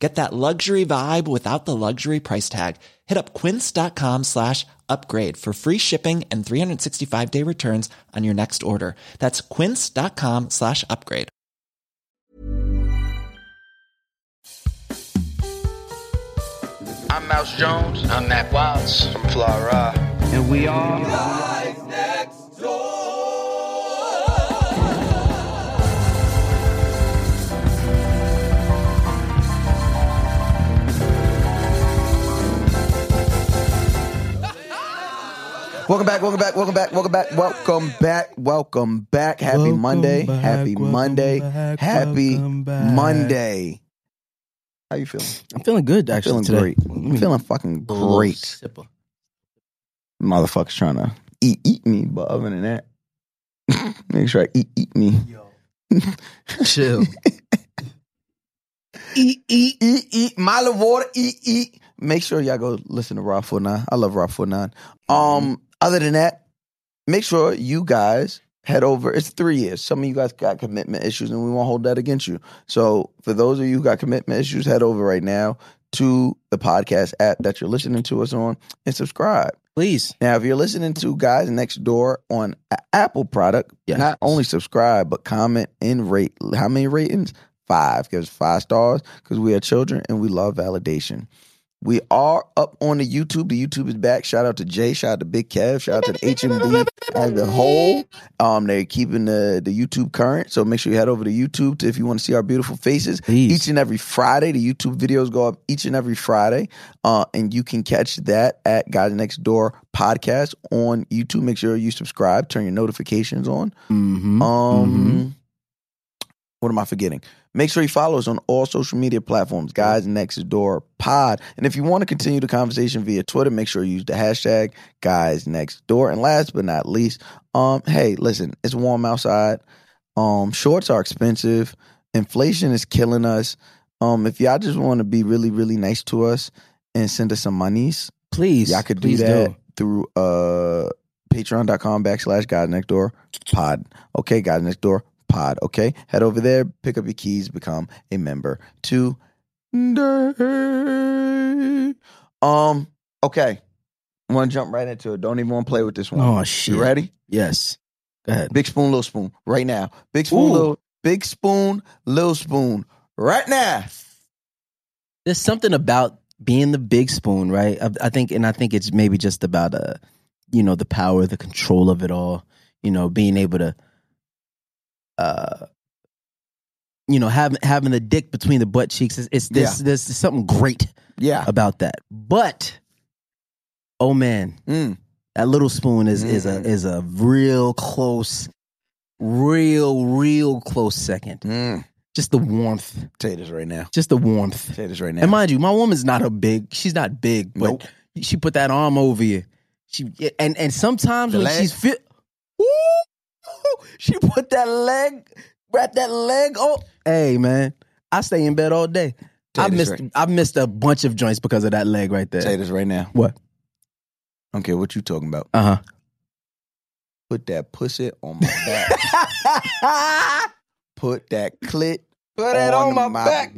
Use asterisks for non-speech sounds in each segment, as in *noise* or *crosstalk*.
Get that luxury vibe without the luxury price tag. Hit up quince.com slash upgrade for free shipping and 365 day returns on your next order. That's quince.com slash upgrade. I'm Mouse Jones. I'm Nat Watts. I'm Flora. And we are. Welcome back, welcome back, welcome back, welcome back, welcome back, welcome back. Happy Welcome Monday. back, happy welcome Monday. back, happy welcome back. Monday. How you feeling? I'm feeling good feeling actually. today. Mm. great. I'm feeling fucking a little great. sipper. Motherfuckers trying to eat eat me, but other than that, *laughs* make sure I eat eat me. *laughs* Chill. eat, eat, eat, eat. Mile of water, eat, eat. Make sure y'all go listen to Raw 49. I love Raw 49. Um, other than that, make sure you guys head over. It's three years. Some of you guys got commitment issues, and we won't hold that against you. So for those of you who got commitment issues, head over right now to the podcast app that you're listening to us on and subscribe. Please. Now, if you're listening to Guys Next Door on a Apple product, Yes. not only subscribe, but comment and rate. How many ratings? Five. Give us five stars because we are children and we love validation. We are up on the YouTube. The YouTube is back. Shout out to Jay. Shout out to Big Kev. Shout out to the HMD as a whole. Um, they're keeping the, the YouTube current. So make sure you head over to YouTube to, if you want to see our beautiful faces. Please. Each and every Friday, the YouTube videos go up each and every Friday. Uh, and you can catch that at Guys Next Door podcast on YouTube. Make sure you subscribe, turn your notifications on. Mm-hmm. Um, what am I forgetting? Make sure you follow us on all social media platforms, Guys Next Door Pod. And if you want to continue the conversation via Twitter, make sure you use the hashtag Guys Next Door. And last but not least, um, hey, listen, it's warm outside. Um, shorts are expensive. Inflation is killing us. Um, if y'all just want to be really, really nice to us and send us some monies, please. y'all could do please that through uh patreon.com backslash guys next door pod okay guys next door pod okay head over there pick up your keys become a member today um okay want to jump right into it don't even want to play with this one Oh shit. you ready Yes. Go ahead. big spoon little spoon right now big spoon Ooh. little big spoon little spoon right now There's something about being the big spoon, right? I, I think, and I think it's maybe just about uh, you know, the power, the control of it all. You know, being able to, uh, you know, having having the dick between the butt cheeks. It's, it's there's, there's something great yeah about that. But oh man, Mm. That little spoon is is a Mm. is a real close, real real close second. Mm. Just the warmth, potatoes right now just the warmth. potatoes right now And mind you, my woman's not a big. She's not big, but Nope. she put that arm over you. She and and sometimes The when leg? she's fit, Ooh, she put that leg, wrap that leg. Oh, hey man, I stay in bed all day. I Potatoes missed right- I missed a bunch of joints because of that leg right there. potatoes right now What? I don't care what you talking about. Uh huh. *laughs* Put that pussy on my *laughs* back. Put that clit. Put it on my back.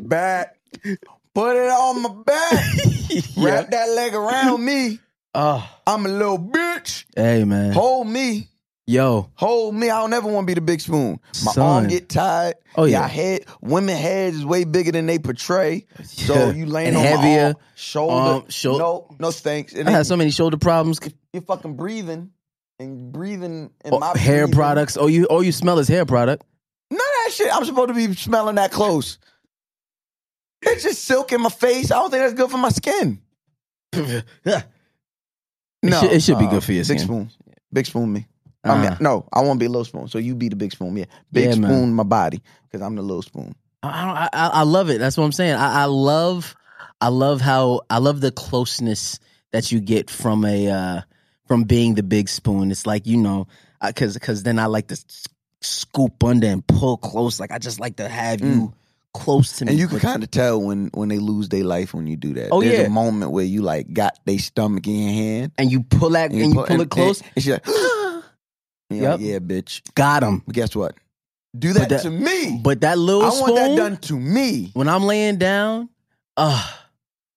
Put it on my back. *laughs* yeah. Wrap that leg around me. Oh, I'm a little bitch. hey man. Hold me. Yo. Hold me. I don't ever want to be the big spoon. My Son. arm get tired. Oh, yeah. Y'all head. Women heads is way bigger than they *laughs* portray. So Yeah. you laying And on my heavier. arm, shoulder. Um, shou- no, no thanks. And I then had so many shoulder problems. you're fucking breathing. and breathing in Oh, my hair breathing- products. Oh, you oh you smell his *laughs* hair product. None of that shit. I'm supposed to be smelling that close. It's just silk in my face. I don't think that's good for my skin. No, Uh-uh. should- it should be good for your big skin. spoon. Big spoon me. I mean, Uh, no, I want to be a little spoon. So you be the big spoon. Yeah, big Yeah, spoon man. my body because I'm the little spoon. I, I I love it. That's what I'm saying. I, I love I love how I love the closeness that you get from a uh, from being the big spoon. It's like you know, because because then I like to s- scoop under and pull close. Like I just like to have you close to me. Mm. And you can But- kind of tell when when they lose their life when you do that. Oh, There's yeah. a moment where you like got they stomach in your hand and you pull that and, you pull it close. And, *gasps* she's like, *gasps* and you're like, Yep. yeah, bitch. Got him. But guess what? Do that, that- to me. But that I little want spoon. that done to me. When I'm laying down, uh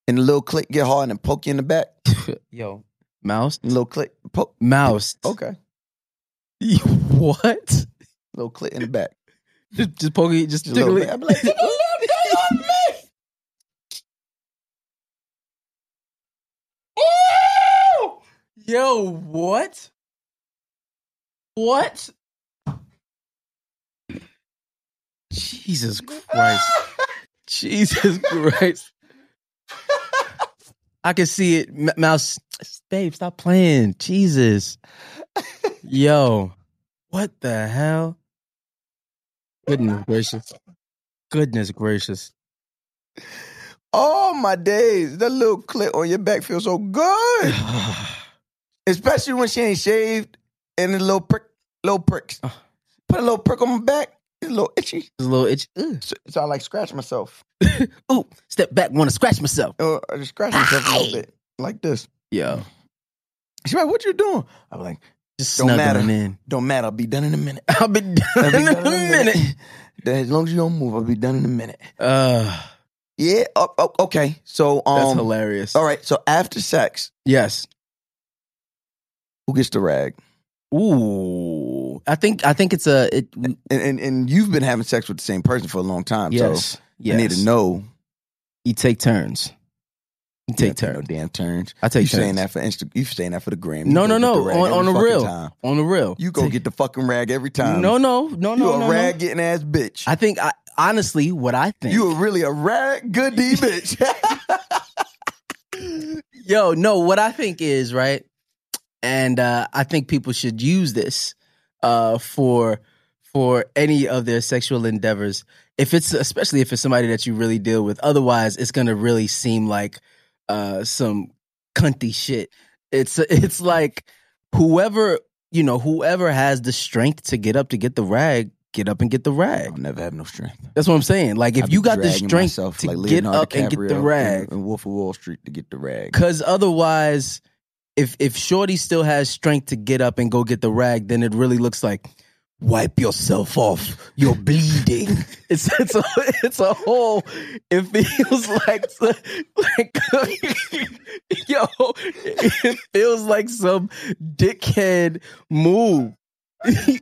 And a little click get hard and poke you in the back. yo mouse And a little click poke. *laughs* mouse. Okay, what? little click in the back. Just, just poke it. Just Just a little tickle bit. it. I'd be like, "Tickle *laughs* it, tickle it, me." Yo, what? What? Jesus *laughs* Christ. Jesus Christ. I can see it. M- Mouse, babe, stop playing. Jesus. Yo, what the hell? Goodness gracious. Goodness gracious. Oh my days! That little click on your back feels so good, especially when she ain't shaved and the little prick, little pricks. Put a little prick on my back. It's a little itchy, It's a little itch. Ugh. so, so I like scratch myself. Ooh, step back, want to scratch myself. Uh, I just scratch myself a little bit like this. Yo, Mm. She's like, "What you doing?" I'm like, just Don't matter. snuggling in. "Don't matter. I'll be done in a minute. I'll be done *laughs* I'll be in a done minute. Then As long as you don't move, I'll be done in a minute." Uh, Yeah. Oh, oh, okay. So that's um. hilarious. All right. So after sex, Yes. who gets the rag? Ooh. I think I think it's a it And and, and you've been having sex with the same person for a long time. yes. So Yes. I need to know. You take turns. You take You know, turns. damn turns. I take you turns. saying that for Insta? You saying that for the gram? No, You go no, get no. rag On, on every the fucking real. time. On the real. You go get the fucking rag every time. No, no, no, no, you no. a no. rag getting ass bitch. I think I honestly what I think. you a really a rag good *laughs* D bitch. Yo, no, what I think is, right? And uh, I think people should use this uh, for for any of their sexual endeavors. If it's especially if it's somebody that you really deal with. Otherwise, it's gonna really seem like uh, some cunty shit. It's it's like whoever you know, whoever has the strength to get up to get the rag, get up and get the rag. I'll never have no strength. That's what I'm saying. Like if I be you got the dragging strength myself to like get Leonardo up and get DiCaprio the rag, and- and Wolf of Wall Street to get the rag. Cause otherwise, if if Shorty still has strength to get up and go get the rag, then it really looks like wipe yourself off. You're bleeding. *laughs* it's it's a it's a whole. It feels like like *laughs* yo. It feels like some dickhead move.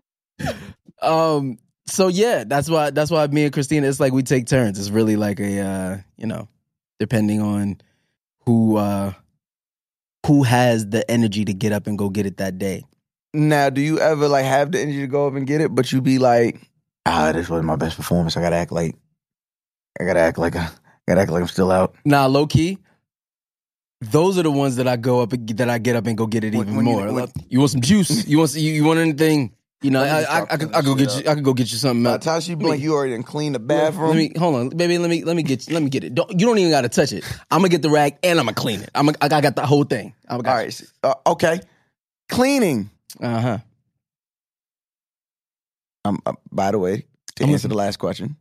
*laughs* um. So yeah, that's why that's why me and Christina. It's like we take turns. It's really like a uh, you know, depending on who uh who has the energy to get up and go get it that day. Now, do you ever like have the energy to go up and get it, but you be like, ah, this wasn't my best performance. I gotta act like, I gotta act like, I gotta act like I'm still out. Nah, low key. Those are the ones that I go up and that I get up and go get it When- even when you- more. when- Like, you want *laughs* some juice? You want some- you, you want anything? You know, Let me I just I, I, drop could, some I could go get shit you. I could go get you something. By the Else. time she blink, you already done cleaned the bathroom. Let me hold on, baby. Let me let me get let me get it. Don't you don't even gotta touch it. I'm gonna get the rag and I'm gonna clean it. I'm gonna, I got- I got the whole thing. I All got right, s- uh, okay. Cleaning. Uh huh. Um, uh, by the way, to I'm answer listening. the last question,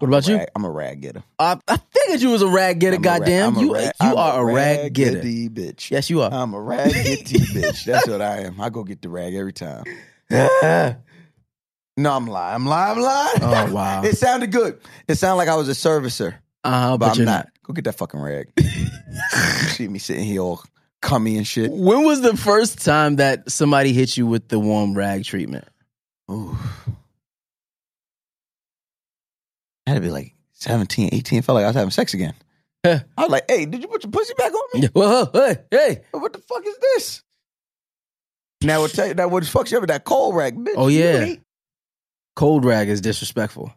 What about you? rag- I'm a rag getter. I, I figured you was a rag getter. I'm a rag- Goddamn, I'm a you rag- you I'm are a rag, getter. getty bitch. Yes, you are. I'm a rag getty *laughs* bitch. That's what I am. I go get the rag every time. No, I'm lying. I'm lying. I'm lying. Oh, wow. it sounded good. It sounded like I was a servicer, Uh, but, but, I'm you're not. not. Go get that fucking *laughs* rag. You see me sitting here all cummy and shit. When was the first time that somebody hit you with the warm rag *laughs* treatment? Ooh. Had to be like 17, 18. Felt like I was having sex again. Huh. I was *laughs* like, hey, did you put your pussy back on me? Whoa, hey, hey. What the fuck is this? Now, what tell you, now what fucks you up is that cold rack, bitch. Oh, You yeah. ain't- Cold rag is disrespectful.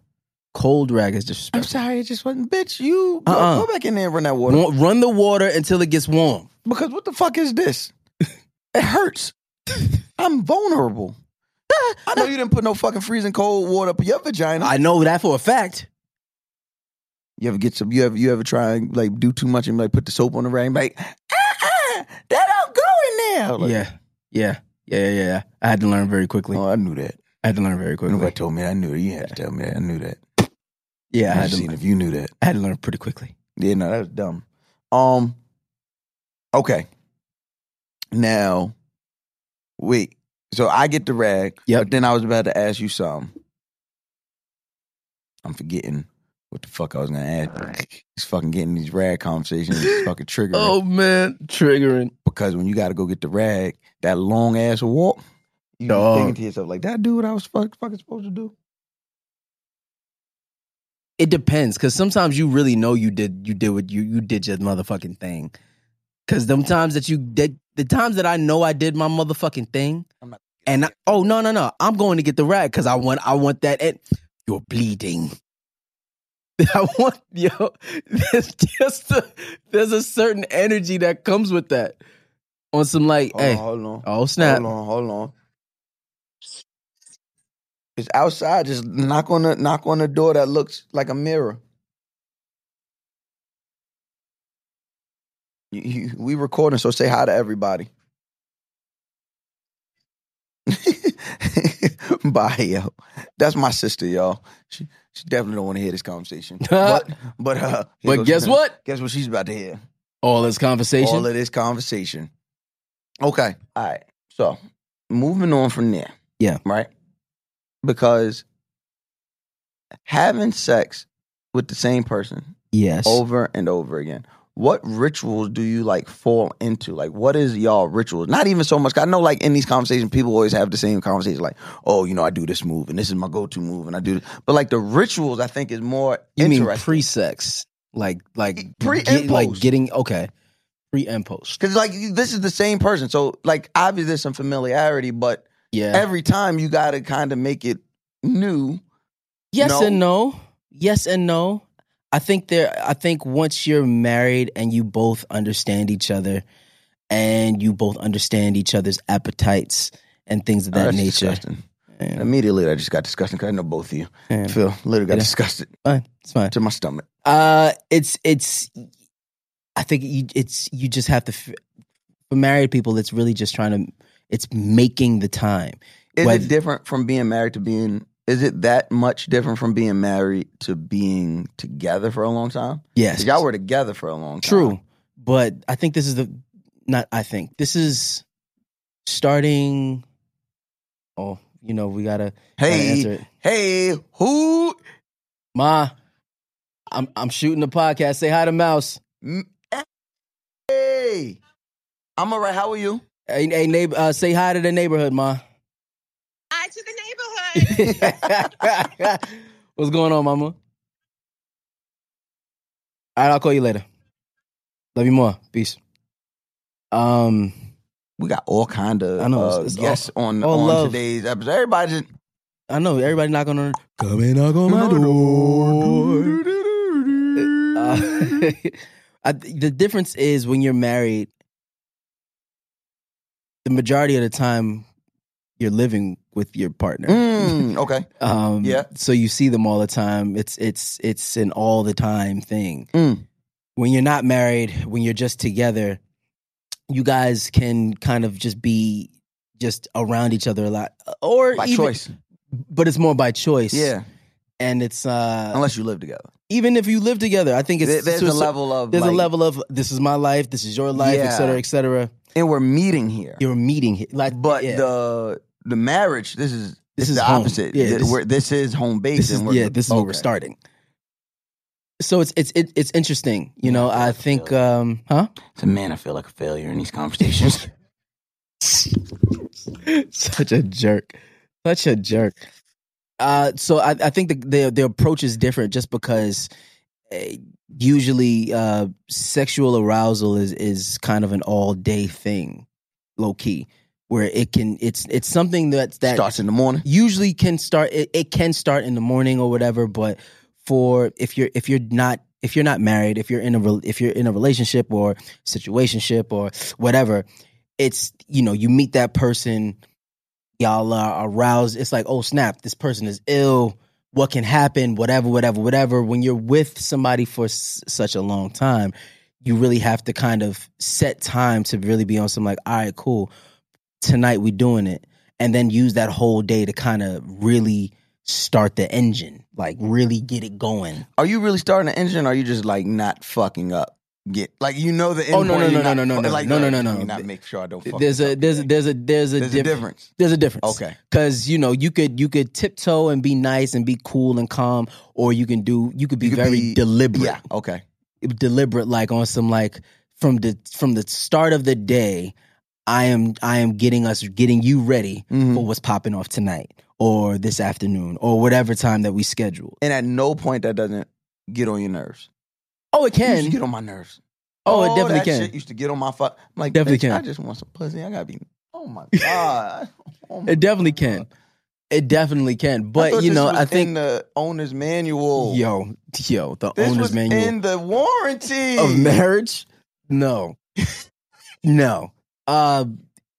Cold rag is I'm disrespectful. sorry, it just wasn't. Bitch, you go- Uh-uh. go back in there and run that water. Wa- Run the water until it gets warm. Because what the fuck is this? It hurts. I'm vulnerable. I know you didn't put no fucking freezing cold water up your vagina. I know that for a fact. you ever get some? You ever you ever try and like do too much and like put the soap on the rag? and be Like ah, ah, that don't go in there. Like, yeah. yeah. Yeah. Yeah. Yeah. I had to learn very quickly. Oh, I knew that. I had to learn very quickly. Nobody told me. That. I knew it. You had to tell me that. I knew that. Yeah. I I had, had seen to, if you knew that. I had to learn pretty quickly. Yeah, no, that's dumb. Um, okay. Now, wait. So I get the rag. Yep. But then I was about to ask you something. I'm forgetting what the fuck I was gonna ask. It's fucking getting these rag conversations *laughs* is fucking triggering Oh. man. Triggering. because when you got to go get the rag, that long ass walk, you just Dog. thinking to yourself like, "Did I do what I was fuck, fucking supposed to do?" It depends, because sometimes you really know you did you did what you you did your motherfucking thing. Cause them times that you did the times that I know I did my motherfucking thing, I'm not- and I, oh no no no, I'm going to get the rag because I want I want that. And you're bleeding. *laughs* I want yo. There's just a, there's a certain energy that comes with that. On some like, Hold hey, on, hold on. oh snap, Hold on, hold on. It's outside. Just knock on the knock on the door that looks like a mirror. You, you, we recording, so say hi to everybody. *laughs* Bye, yo. That's my sister, y'all. She she definitely don't want to hear this *laughs* conversation. but but uh, here but goes- *laughs* guess what? Guess what she's about to hear All this conversation. all of this conversation. Okay. All right. So moving on from there. Yeah. Right. Because having sex with the same person yes. over and over again. What rituals do you like fall into? Like, what is y'all rituals? Not even so much. 'cause I know, like in these conversations, people always have the same conversation. Like, oh, you know, I do this move, and this is my go-to move, and I do. This. But like the rituals, I think is more You mean interesting. pre-sex, like E- like pre- get- and like post. getting okay, pre and post. Because like you- this is the same person, so like obviously there's some familiarity, but Yeah. every time you gotta kind of make it new. yes no. and no. Yes and no. I think there. I think once you're married and you both understand each other, and you both understand each other's appetites and things of that Oh, That's nature. disgusting. Yeah. Immediately, I just got disgusted because I know both of you. Yeah. Phil literally got Yeah. disgusted Fine. It's fine. to my stomach. Uh, it's it's. I think you, it's you just have to. f- For married people, it's really just trying to. It's making the time. Is Whether- it different from being married to being? Is it that much different from being married to being together for a long time? Yes. 'Cause Y'all were together for a long time. True, Um, but I think this is the not. I think this is starting. Oh, you know we gotta, gotta answer Hey, it. hey, who? Ma, I'm I'm shooting the podcast. Say hi to Mouse. m- Hey, I'm all right. How are you? Hey, hey neighbor, uh, say hi to the neighborhood, Ma. Hi to the neighborhood. *laughs* What's going on, Mama? All right, I'll call you later. Love you more. Peace. Um, We got all kind of I know, uh, it's- it's all- guests on all on love. today's episode. Everybody just I know everybody knocking on. Come and knock on Oh *laughs* my door. Uh, Mm-hmm. *laughs* I, th- the difference is when you're married, the majority of the time you're living with your partner. Mm, okay. *laughs* Um, Yeah. So you see them all the time. It's it's it's an all the time thing. Mm. When you're not married, when you're just together, you guys can kind of just be just around each other a lot, or By even- choice. But it's more by choice. Yeah. and it's uh, Unless you live together. even if you live together, I think it's There- there's so- a so- level of There's like, a level of this is my life, this is your life, et Yeah. cetera, et cetera. and we're meeting here. You're meeting here. Like, But yeah. the the marriage, this is it's This is the home. opposite. Yeah, Th- this- we're- this, is home base this is and we're yeah, this is where we're okay. starting. So it's it's it, it's interesting, Yeah, you know. I I feel think, it. um, huh? *laughs* So man, I feel like a failure in these conversations. Such a jerk, such a jerk. Uh, so I, I think the, the the approach is different just because uh, usually uh, sexual arousal is is kind of an all day thing, low key. where it can it's it's something that's that Starts in the morning. usually can start it, it can start in the morning or whatever but for if you're if you're not if you're not married if you're in a rel- if you're in a relationship or situationship or whatever it's you know you meet that person y'all are aroused it's like oh snap this person is ill what can happen whatever whatever whatever when you're with somebody for s- such a long time you really have to kind of set time to really be on some like all right cool tonight we doing it and then use that whole day to kind of really start the engine, like really get it going. Are you really starting an engine? Or are you just like not fucking up? Get like you know the. End Oh, no, point, no, you're no, not no, no, fu- no, like, no, no, no, you're no. Not make sure I don't. Fuck There's a up. there's a, there's a there's a There's diff- a difference. There's a difference. Okay. Cause you know, you could you could tiptoe and be nice and be cool and calm, or you can do you could You be could very be- deliberate. Yeah. Okay. Deliberate like on some like from the from the start of the day, I am I am getting us getting you ready Mm-hmm. for what's popping off tonight or this afternoon or whatever time that we schedule. And at no point that doesn't get on your nerves. Oh, it It used can. to get on my nerves. Oh, it definitely that can. Shit used to get on my fuck. I'm like Definitely "Bitch, can. I just want some pussy. I gotta be. Oh *laughs* my god. *laughs* Oh my It definitely God. can. It definitely can. I But thought you this know, was I think in the owner's manual. yo, yo, the this owner's was manual in the warranty. of marriage. No, no. Uh,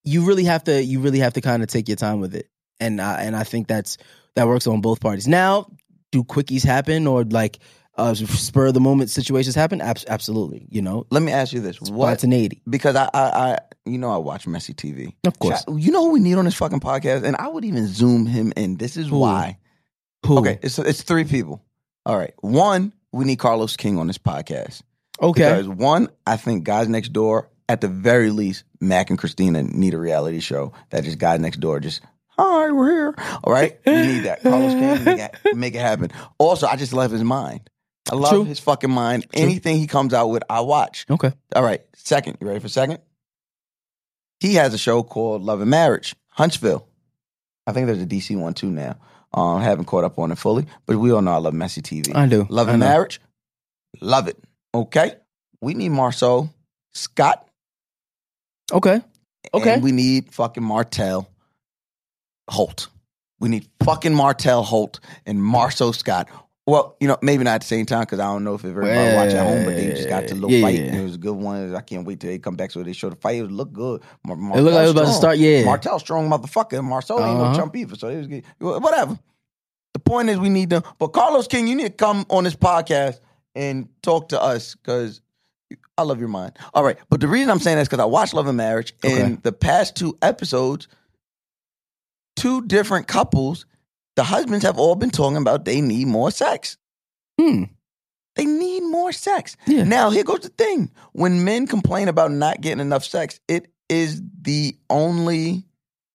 you really have to. You really have to kind of take your time with it, and I, and I think that's that works on both parties. Now, do quickies happen or like uh, spur of the moment situations happen? Abs- absolutely. You know, Let me ask you this: What? spontaneity. Because I, I, I, you know, I watch messy TV. Of course. Shout- you know who we need on this fucking podcast, and I would even zoom him in. This is Who? why. Who? Okay, it's it's three people. All right, one we need Carlos King on this podcast. Okay. Because one, I think Guys Next Door, at the very least, Mac and Christina need a reality show that just Guys Next Door just, hi, we're here. All right? We need that. Carlos Kane, make it, make it happen. Also, I just love his mind. I love True. his fucking mind. Anything he comes out with, I watch. Okay. All right, second. You ready for second? He has a show called Love and Marriage, Huntsville. I think there's a DC one too now. Um, I haven't caught up on it fully, but we all know I love messy TV. I do. Love I and know. marriage. Love it. Okay. We need Marceau, Scott, Okay. Okay. and we need fucking Martell Holt. We need fucking Martell Holt and Marceau Scott. Well, you know, maybe not at the same time because I don't know if everybody Well, watched at home, but they just got the little yeah, fight. yeah. It was a good one. I can't wait till they come back so they show the fight. It looked good. Mar- It looked like it was about to Martell's start. strong. Yeah. Martell strong motherfucker. and Marceau ain't no Uh-huh. chump either, so it was good. Whatever. The point is, we need them. But Carlos King, you need to come on this podcast and talk to us because I love your mind. All right, but the reason I'm saying that is because I watched Love and Marriage, and the past two episodes, two different couples, the husbands have all been talking about they need more sex. Hmm. They need more sex. Yeah. Now, here goes the thing: when men complain about not getting enough sex, it is the only,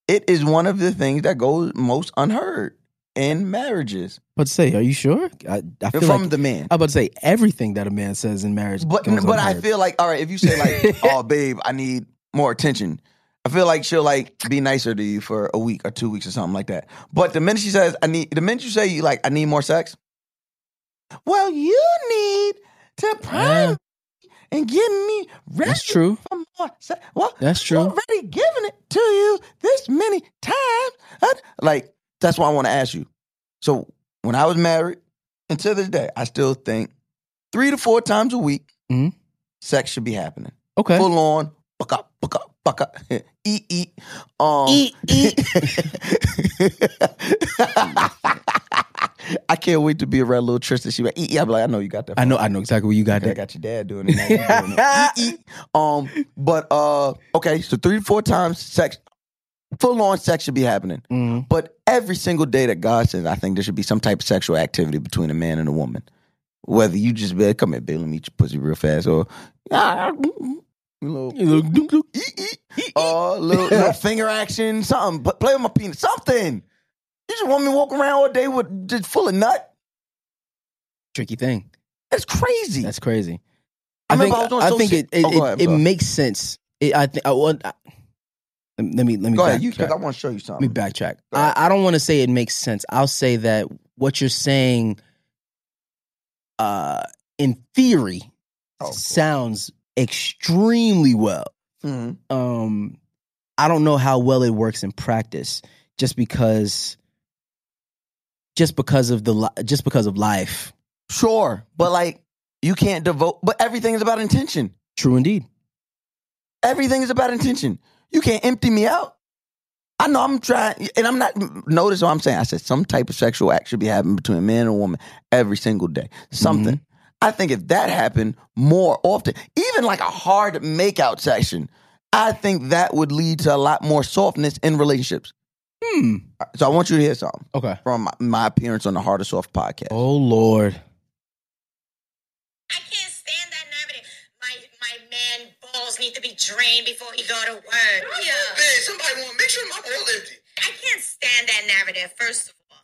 it is one of the things that goes most unheard in marriages But say, are you sure? I, I feel from like the man. I'm about to say everything that a man says in marriage. But goes but I unheard. feel like all right, if you say *laughs* like, "Oh, babe, I need more attention," I feel like she'll like be nicer to you for a week or two weeks or something like that. But the minute she says, "I need," the minute you say you like, "I need more sex," well, you need to prime Yeah. me and give me ready that's true. for more sex. Well, That's I'm true. Already giving it to you this many times, Uh, like that's why I want to ask you. So when I was married, and to this day, I still think three to four times a week, Mhm. sex should be happening. Okay. Full on, buck up, buck up, buck up, *laughs* eat, eat, um, Eat, eat. *laughs* I can't wait to be around little Tristan. She like, eat, eat. I'm like, I know you got that. I know. I know exactly where you got Okay, I that. got your dad doing it. now you doing *laughs* it. Eek, eek. um, but uh, okay, so three to four times sex, full on sex should be happening. Mm. But every single day that God says, I think there should be some type of sexual activity between a man and a woman. Whether you just be like, come here, baby, let me eat your pussy real fast, or ah, mm, mm, little, eek, eek, uh, *laughs* little, *laughs* little finger action, something. But play with my penis, something. You just want me to walk around all day with just full of nut? Tricky thing. That's crazy. That's crazy. I I think. remember I was on I, social- think it. It, Oh, go ahead, it, it bro. makes sense. It, I think. I want. I- Let me. Let me. Go ahead, you backtrack. because I want to show you something. Let me backtrack. Go ahead. I, I don't want to say it makes sense. I'll say that what you're saying, uh, in theory, Oh, cool. sounds extremely well. Mhm. Um, I don't know how well it works in practice just because just because of the li- just because of life. Sure, but like you can't devote. But everything is about intention. True indeed. Everything is about intention. You can't empty me out. I know I'm trying, and I'm not. Notice what I'm saying. I said some type of sexual act should be happening between a man and a woman every single day. Something. I think if that happened more often, even like a hard makeout session, I think that would lead to a lot more softness in relationships. Uh, Hmm. So I want you to hear something Okay. from my, my appearance on the Heart of Soft podcast. Oh Lord. I can't stand that narrative. My my man balls need to be drained before he go to work. Yeah. Hey, somebody want to make sure my bowl empty. I can't stand that narrative, first of all.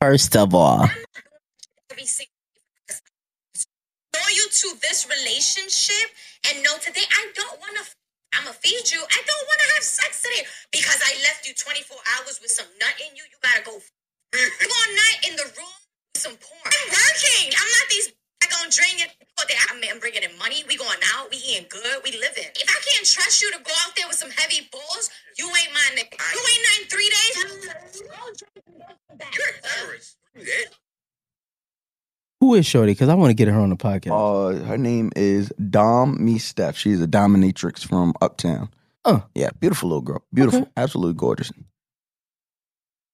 First of all. Every single Know you to this relationship and know today I don't want to. I'm gonna feed you. I don't want to have sex today because I left you 24 hours with some nut in you. You gotta go. f- You all night in the room with some porn. I'm working. I'm not these. I gonna drink it. all day. I'm, I'm bringing in money. We going out. We eating good. We living. If I can't trust you to go out there with some heavy balls, you ain't my nigga. You ain't not in three days. Who is Shorty? Because I want to get her on the podcast. Uh, her name is Dom Me Steph. She's a dominatrix from Uptown. Oh. yeah, beautiful little girl. Beautiful, absolutely gorgeous.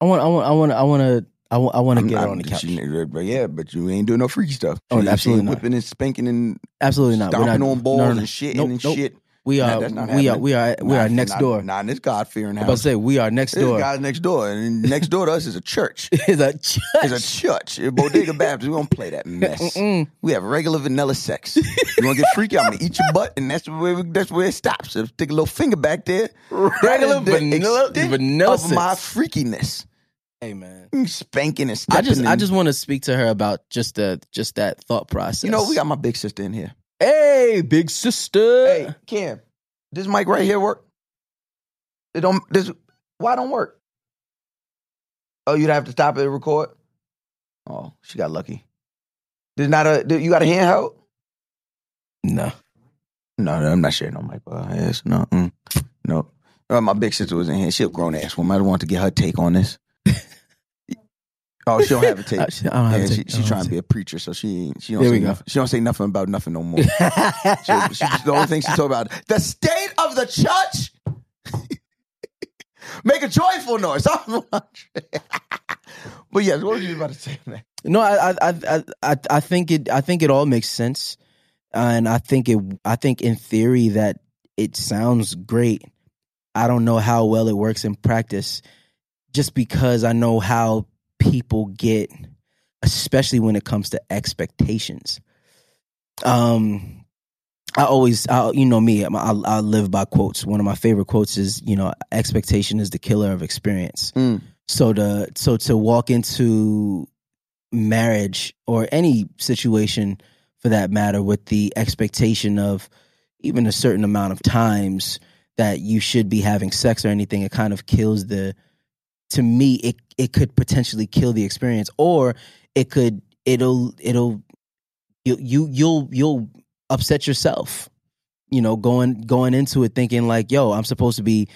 I want. I want. I want. I want to. I want. I want to I'm- get her I'm- on the couch. she- but yeah, but you ain't doing no freaky stuff. Oh, She- she absolutely ain't not. Whipping and spanking and Absolutely not. We're stomping not- on balls no, no, no. and shitting Nope, and nope. shit. We Nah, are. that's not we are. happening. We are. We Nah, are next not, door. Nah, this God fearing I'm about to house. say we are next This *laughs* door. guy's next door, and next door to us is a *laughs* church. Is a church. It's a church. It's *laughs* Bodega Baptist. We don't play that mess. Mm-mm. We have regular vanilla sex. You want to get freaky? I'm gonna eat your butt, and that's where we, that's where it stops. So stick a little finger back there. That is Regular the vanilla- extent vanilla of my sex. freakiness, Mm, Hey man. spanking and stepping. I just. I and- just want to speak to her about just the just that thought process. You know, we got my big sister in here. Hey, big sister. Hey, Cam, this mic right here work? It don't. This why don't work? Oh, you'd have to stop it and record. Oh, she got lucky. There's not a. You got a handheld. No. No, no, I'm not sharing no mic with her ass. No, mm, no. Uh, my big sister was in here. She a grown ass woman. I want to get her take on *laughs* this. oh, she don't have a take. I, Uh, I don't have Yeah, to. she, she trying to be a preacher, so she ain't- she don't There say we go. nothing. she don't say nothing about nothing no more. she, *laughs* she just- the only thing she talk about the state of the church. *laughs* Make a joyful noise. *laughs* but yes, what were you about to say? man? No, I, I, I- I, I, I think it. I think it all makes sense, uh, and I think it. I think in theory that it sounds great. I don't know how well it works in practice, just because I know how people get, especially when it comes to expectations. Um, I always, I, you know me, I'm- I, I live by quotes. One of my favorite quotes is, you know, expectation is the killer of experience. Mm. So to so to walk into marriage or any situation for that matter with the expectation of even a certain amount of times that you should be having sex or anything it kind of kills the to me it it could potentially kill the experience or it could it'll it'll you, you you'll you'll upset yourself you know going going into it thinking like yo i'm supposed to be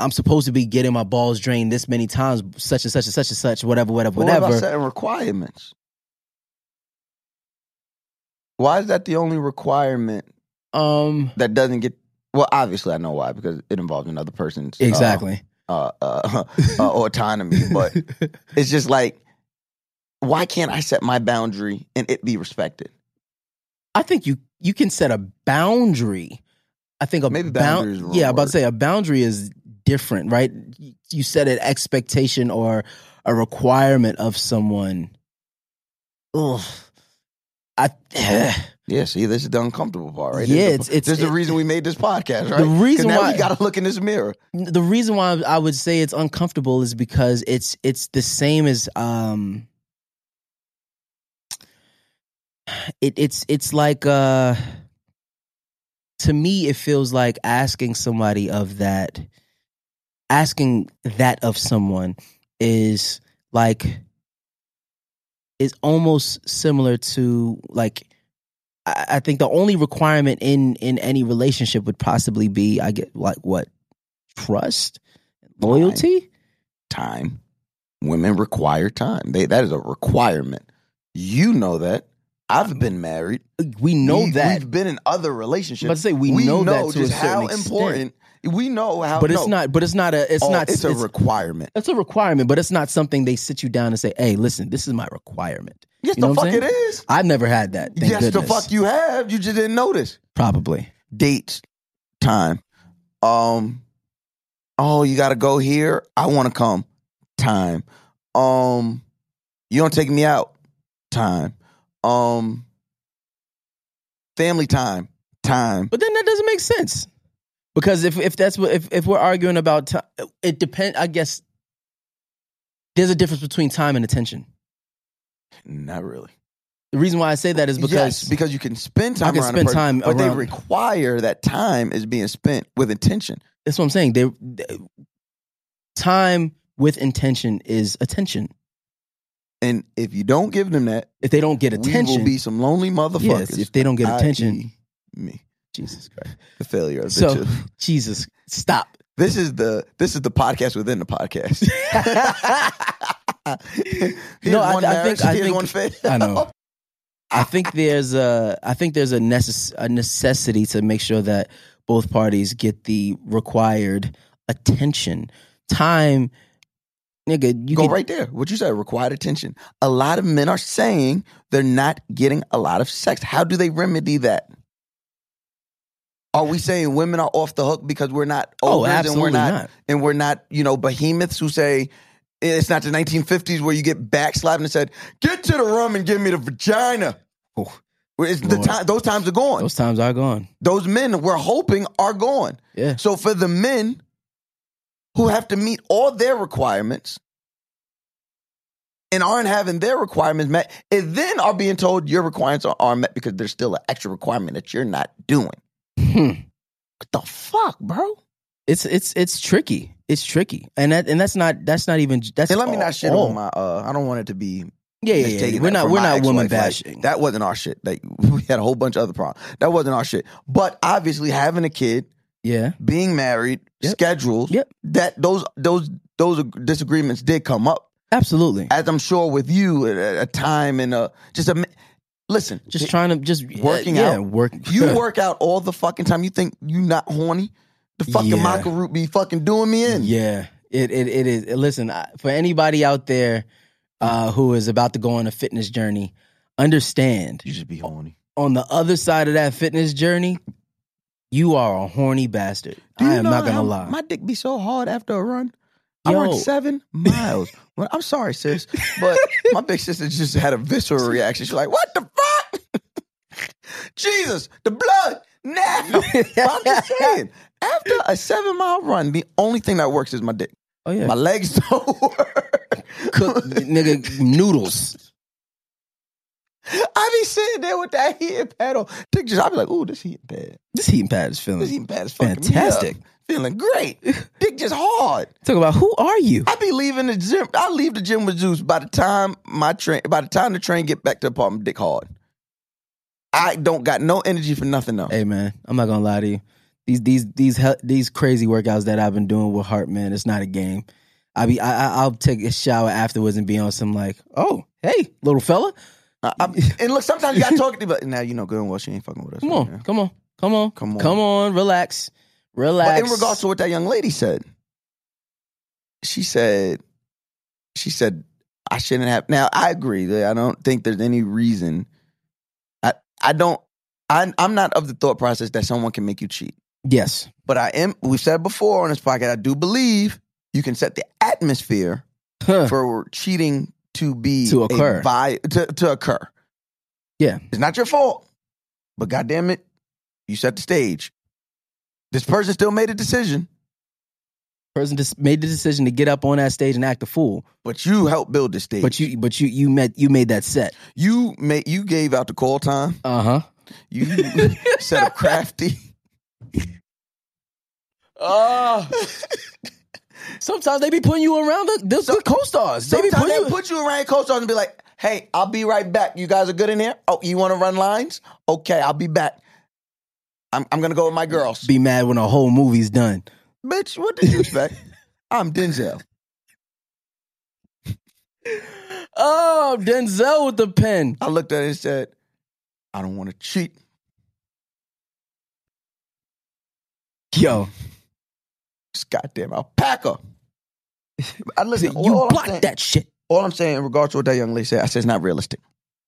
i'm supposed to be getting my balls drained this many times such and such and such and such whatever whatever But whatever What about setting requirements? Why is that the only requirement Um, that doesn't get? Well, obviously I know why because it involves another person's uh, exactly. uh, uh, *laughs* uh, autonomy, *laughs* but. It's just like, why can't I set my boundary and it be respected? I think you you can set a boundary. I think a Maybe bound- boundary is the wrong yeah, I'm about to word. say a boundary is different, right? You- You set an expectation or a requirement of someone. Ugh. I *sighs* Yeah, see, this is the uncomfortable part, right? Yeah, this is it's- the, it's- this is the it- reason we made this podcast, The right? 'Cause reason now why- we got to look in this mirror. the reason why I would say it's uncomfortable is because it's it's the same as um it it's it's like uh to me it feels like asking somebody of that asking that of someone is like is almost similar to like I, I think the only requirement in in any relationship would possibly be I get like what trust, loyalty. Time. Women require time. They that is a requirement. You know that. I've been married. We know We- that, we've been in other I'm about relationships. to say, we know that to a just how certain important. We know how, but it's no, not. But it's not a. It's all- not. It's a requirement. That's a requirement, but it's not something they sit you down and say, "Hey, listen, this is my requirement." Yes, You know the what fuck I'm it saying? is. I've never had that. Thank yes, the goodness. fuck you have. You just didn't notice. Probably. Dates, time. Um. Oh, you gotta go here. I want to come. Time. Um. You don't take me out. Time. Um. Family time. Time. But then that doesn't make sense because if if that's what if if we're arguing about time, it depend. I guess there's a difference between time and attention. Not really. The reason why I say that is because yes, because you can spend time I can around a spend person, time but they around- require that time is being spent with intention. that's what I'm saying. They, they- time with intention is attention. And if you don't give them that, If they don't get we will attention, be some lonely motherfuckers. yes, if they don't get attention, i.e. me, Jesus Christ, the failure. Of So- the two. Jesus, stop. this is the this is the podcast within the podcast. *laughs* Here's I- one I marriage, think- I here's think- one fail. *laughs* I know. I think there's a I think there's a, necess- a necessity to make sure that both parties get the required attention, time. Nigga, *laughs* you Go could- right there. What you said required attention. A lot of men are saying they're not getting a lot of sex. How do they remedy that? Are we saying women are off the hook because we're not Oh, ogres and we're absolutely not, not. and we're not, you know, behemoths who say it's not the 1950s where you get backslapped and said, "Get to the room and give me the vagina." Oh, Where It's the Lord. time, those times are gone. Those times are gone. those men we're hoping are gone. Yeah. So for the men who have to meet all their requirements and aren't having their requirements met, and then are being told your requirements are, are met because there's still an extra requirement that you're not doing. Hmm. What the fuck, bro? It's it's it's tricky. It's tricky, and that and that's not that's not even that's. And let me all- not shit all. on my. Uh, I don't want it to be Yeah, yeah, yeah. mistaken We're that not for we're my not woman ex-wife. Like, bashing. that wasn't our shit. Like *laughs* we had a whole bunch of other problems. That wasn't our shit. But obviously, having a kid yeah, being married, Yep. schedules, Yep. that those those those disagreements did come up, absolutely. as I'm sure with you at a- a time and a just a mi- listen, Just it- trying to just Working yeah, out. Work you *laughs* work out all the fucking time. You think you not horny? The fucking Yeah. maca root be fucking doing me in. Yeah, it it, it is. Listen, I- for anybody out there uh, who is about to go on a fitness journey, understand You should be horny. on the other side of that fitness journey, you are a horny bastard. I am not gonna lie. My dick be so hard after a run. I Yo. run *laughs* seven miles. Well, I'm sorry, sis, but my big sister just had a visceral reaction. She's like, "What the fuck? *laughs* Jesus, the blood now!" *laughs* I'm just saying, after a seven mile run, the only thing that works is my dick. oh yeah, My legs *laughs* don't work. *laughs* *laughs* cook nigga noodles. I be sitting there with that heating pad on. Dick just, I be like, "Ooh, this heating pad, This heating pad is feeling this heating pad is fucking me up. Mm. fantastic. Feeling great. Dick just hard." Talk about who are you? I be leaving the gym. I leave the gym with Zeus by the time my train. By the time the train get back to the apartment, dick hard. I don't got no energy for nothing else. Hey man, I'm not gonna lie to you. These these these hel- these crazy workouts that I've been doing with Heart, man, it's not a game. I be I, I I'll take a shower afterwards and be on some like, oh hey little fella, I- I'm- and look, sometimes you got talking to, but now you know good and well she ain't fucking with us. come right on, now. come on, come on, Come on. come on, relax, relax. But in regards to what that young lady said, she said, she said, I shouldn't have. Now I agree. that I don't think there's any reason. I I don't. I I'm not of the thought process that someone can make you cheat. yes, But I am, we've said before on this podcast, I do believe you can set the atmosphere Huh. for cheating to be To a occur. vi- to, to occur. Yeah. It's not your fault, but goddamn it, you set the stage. This person still made a decision, person just made the decision to get up on that stage and act a fool, but you helped build the stage. but you but you you met you made that set. you made you gave out the call time. Uh huh. You *laughs* set up crafty. Sometimes they be putting you around the, the, So- the co-stars. They be Sometimes putting they you. put you around your co-stars and be like, Hey, I'll be right back. You guys are good in here? Oh, you want to run lines? Okay, I'll be back. I'm, I'm going to go with my girls. Be mad when a whole movie's done. Bitch, what did you *laughs* expect? I'm Denzel. Oh, Denzel with the pen. I looked at it and said, I don't want to cheat. Yo, This goddamn *laughs* alpaca. I listen, all, you all I'm blocked saying- that shit. all I'm saying in regards to what that young lady said, I said it's not realistic.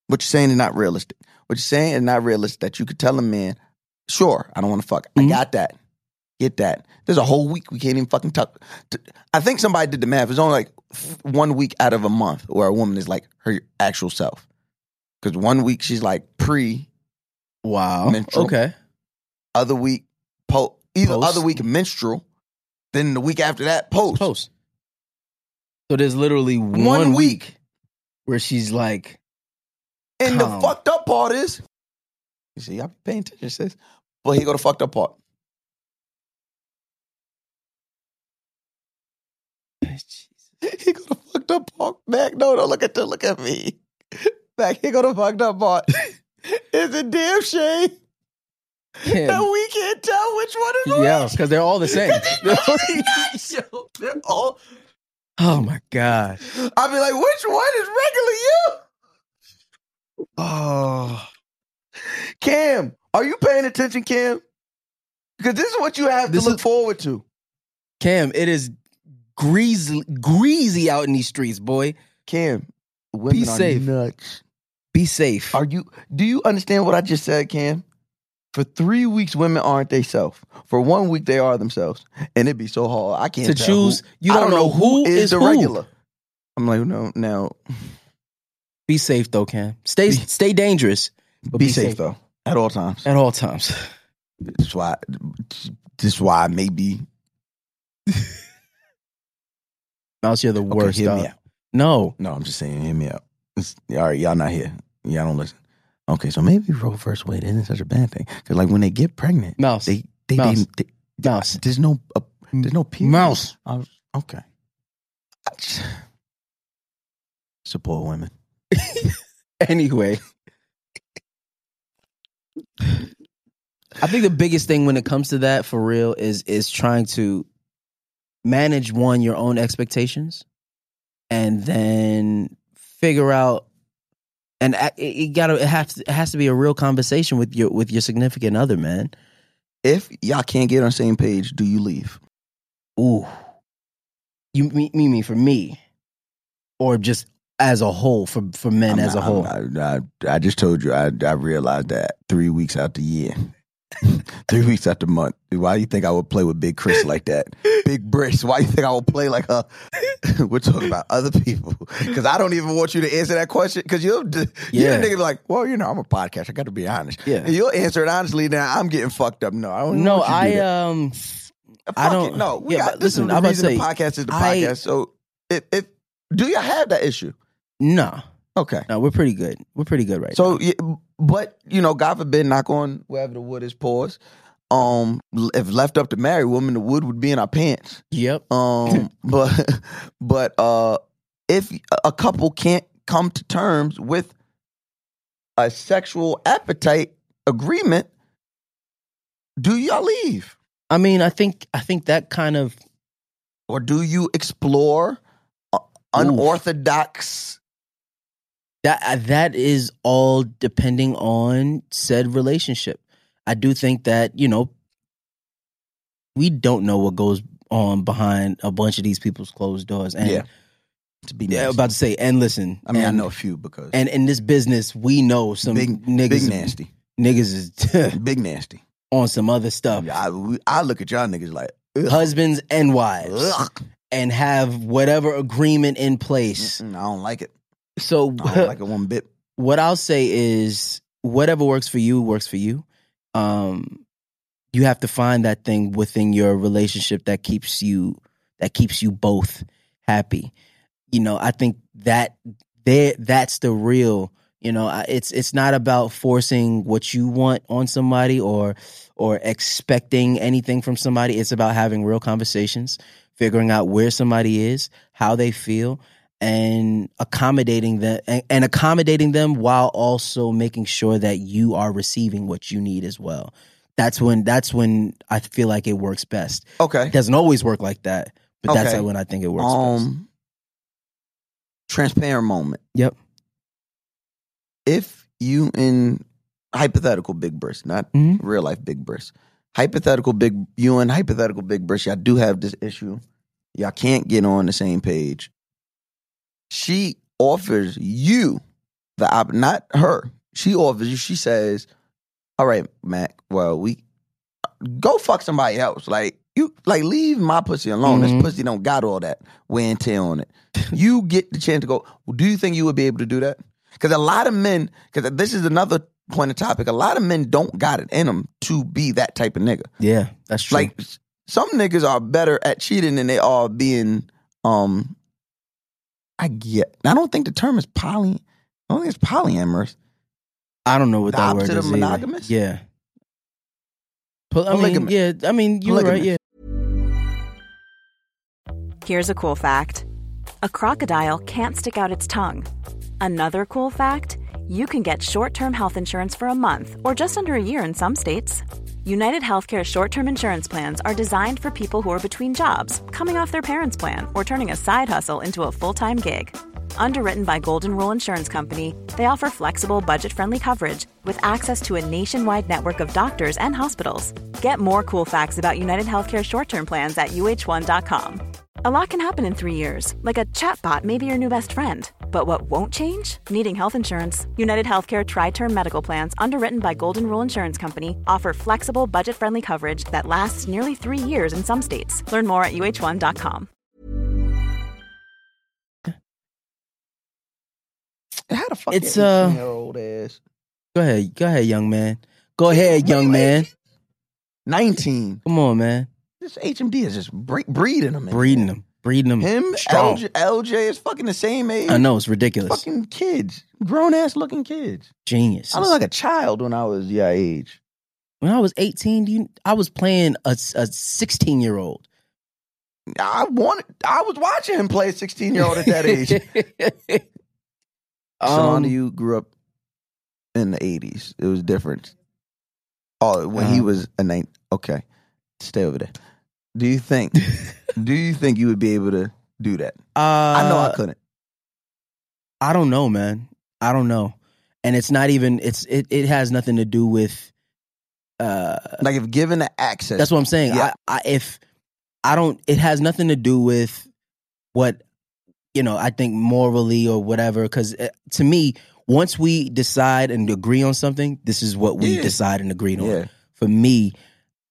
What you're saying is not realistic. What you're saying is not realistic that you could tell a man, sure, I don't want to fuck. Mhm. I got that. Get that. There's a whole week we can't even fucking talk. T- I think somebody did the math. It's only like f- one week out of a month where a woman is like her actual self. Because one week she's like pre, Wow. Menstrual. Okay. other week, po- either Post. other week menstrual, then the week after that, post. Post. So there's literally one, One week. week. where she's like, And the Come. fucked up part is, you see, I'm paying attention, sis. But here go the fucked up *laughs* part. He go the fucked up part. Mac, no, don't look at the look at me. Mac, he go the fucked up part. It's a damn shame *laughs* that yeah, we can't tell which one is which. because they're all *laughs* the same. *laughs* Yo, they're all. oh my god. I'll be like, which one is regular you? Oh, Cam, are you paying attention, Cam? Because this is what you have This to look is- forward to. Cam, it is greasy, greasy out in these streets, boy. Cam, women Be are safe. nuts. Be safe. Are you? Do you understand what I just said, Cam? For three weeks, women aren't they self. For one week, they are themselves, and it'd be so hard. I can't to tell choose, who- you I don't, know who is, the who. regular. I'm like, no, now Be safe though, Cam. Stay, stay dangerous. But be, safe, though at all times. at all times. This is why. This is why maybe. Mouse, you're the Okay, worst. hear me dog. out. No, No, I'm just saying. Hear me out. It's- all right, y'all not here. Y'all don't listen. Okay, so maybe Roe versus Wade isn't such a bad thing because, like, when they get pregnant, mouse, they they, they, Mouse. they- mouse, there's no uh, there's no period. mouse. I was, okay. I just- Support women. Anyway, I think the biggest thing when it comes to that, for real, is is trying to manage one your own expectations, and then figure out. And a- it, it gotta it has to, it has to be a real conversation with your with your significant other, man. If y'all can't get on the same page, do you leave? Ooh. You mean me, me for me, or just as a whole for for I'm men as not- a whole? I'm not- I, I just told you. I, I realized that three weeks out the year, *laughs* three weeks out the month. Why do you think I would play with Big Chris like that? Big Briss. Why do you think I would play like her? *laughs* We're talking about other people *laughs* because I don't even want you to answer that question because you'll d- you're Yeah. a nigga like, well, you know, I'm a podcast. I got to be honest. Yeah. And you'll answer it honestly. Now I'm getting fucked up. No, I don't. no, want you to do I that. um, I I don't- don't. No, we yeah, got, but this listen, is the I'm about to reason say, the podcast is the I- podcast. So, if, if do you have that issue? no, Okay. no, we're pretty good. We're pretty good right So, yeah, but you know, God forbid, knock on wherever the wood is paused. Um, l- if left up to married woman, the wood would be in our pants. now. Yep. *laughs* Um, but but uh, if a couple can't come to terms with a sexual appetite agreement, do y'all leave? I mean, I think I think that kind of or do you explore uh, unorthodox? that uh, that is all depending on said relationship. I do think that you know we don't know what goes on behind a bunch of these people's closed doors, and Yeah. To be Yeah, I was about to say, and listen, I mean, I and- know a few because And in this business, we know some big, niggas, big nasty, niggas is *laughs* big nasty. on some other stuff. I, we- I look at y'all niggas like, Husbands and wives, *laughs* ugh, and have whatever agreement in place. Mm-mm, Mm, I don't like it. So, I don't like it one bit. what I'll say is, whatever works for you works for you. Um, you have to find that thing within your relationship that keeps you that keeps you both happy. You know, I think that there that's the real. You know, I- it's it's not about forcing what you want on somebody or or expecting anything from somebody. It's about having real conversations, figuring out where somebody is, how they feel, and accommodating them and, and accommodating them while also making sure that you are receiving what you need as well. That's when that's when I feel like it works best. *laughs* Okay. It doesn't always work like that, but that's Okay. when I think it works best. Um, transparent moment. Yep. If you in hypothetical big bris, not Mhm. real life big bris, hypothetical big you and hypothetical big bris, y'all do have this issue. Y'all can't get on the same page. She offers you the op, not her. She offers you. She says, "All right, Mac. Well, we go fuck somebody else. Like you, like leave my pussy alone. Mhm. This pussy don't got all that wear and tear on it. you get the chance to go. Do you think you would be able to do that? Because a lot of men, because this is another point of topic. A lot of men don't got it in them to be that type of nigga. Yeah, that's true. Like s- some niggas are better at cheating than they are being. um I get. I don't think the term is poly. I don't think it's polyamorous. I don't know what The that word opposite of is. either. monogamous? Yeah. Pol- I mean, Polygamy. yeah. I mean, you're right. Polygamy. Yeah. Here's a cool fact a crocodile can't stick out its tongue. Another cool fact you can get short term health insurance for a month or just under a year in some states. United Healthcare short term insurance plans are designed for people who are between jobs, coming off their parents' plan, or turning a side hustle into a full time gig. Underwritten by Golden Rule Insurance Company, they offer flexible, budget friendly coverage with access to a nationwide network of doctors and hospitals. Get more cool facts about United Healthcare short term plans at uh1.com. A lot can happen in three years, like a chatbot may be your new best friend. But what won't change? Needing health insurance. United Healthcare Tri Term Medical Plans, underwritten by Golden Rule Insurance Company, offer flexible, budget friendly coverage that lasts nearly three years in some states. Learn more at uh1.com. How the fuck It's, your uh, 18-year-old ass? Go ahead. Go ahead, young man. Go ahead, young man. nineteen. Come on, man. This HMD is just bre- breeding them. Breeding them. Breeding them. Him, strong. LJ, LJ is fucking the same age. I know it's ridiculous. Fucking kids. Grown ass looking kids. Genius. I look like a child when I was your age. when I was 18, you, I was playing a 16 year old. I wanted, I was watching him play 16 year old at that age. Some *laughs* um, of you grew up in the 80s. It was different. Oh, when he Um, was a nine. Okay. Stay over there. Do you *laughs* think, do you think you would be able to do that? uh, I know I couldn't. I don't know, man. I don't know. And it's not even it's it, it has nothing to do with uh Like if given the access. that's what I'm saying. Yeah. I, I if I don't it has nothing to do with what you know, I think morally or whatever cuz to me once we decide and agree on something, this is what we Yeah. decide and agreed on. Yeah. For me,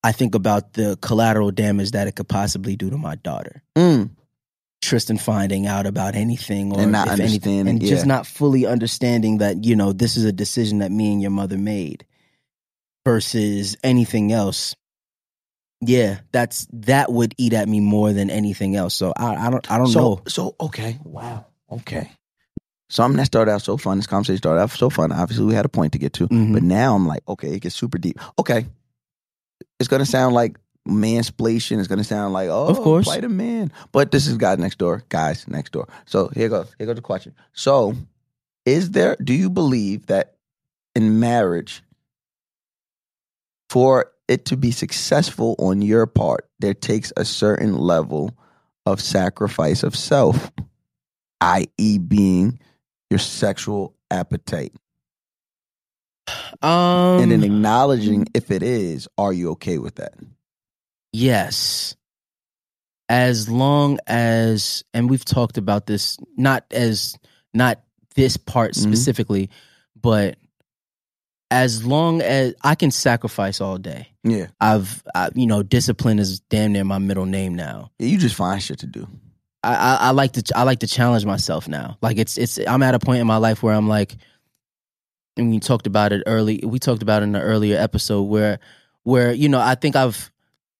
I think about the collateral damage that it could possibly do to my daughter. Mm. Tristan finding out about anything or And not if anything- understanding, and just yeah. not fully understanding that you know this is a decision that me and your mother made versus anything else. Yeah, that's that would eat at me more than anything else. So I, I don't I don't so, know. So okay, wow, okay. Something that started out so fun. This conversation started out so fun. Obviously, we had a point to get to, Mhm. but now I'm like, okay, it gets super deep. Okay, it's gonna sound like mansplation. It's gonna sound like, oh, Of course. play the man. But this is guys next door. Guys next door. So here goes. Here goes the question. So, is there? Do you believe that in marriage, for it to be successful on your part, there takes a certain level of sacrifice of self, i.e., being your sexual appetite, Um, and then acknowledging if it is, are you okay with that? Yes. As long as and we've talked about this not as not this part Mhm. specifically, but as long as I can sacrifice all day. Yeah, I've I, you know discipline is damn near my middle name now. you just find shit to do. I, I I like to I like to challenge myself now. Like it's it's I'm at a point in my life where I'm like, and we talked about it early. We talked about it in an earlier episode where where you know I think I've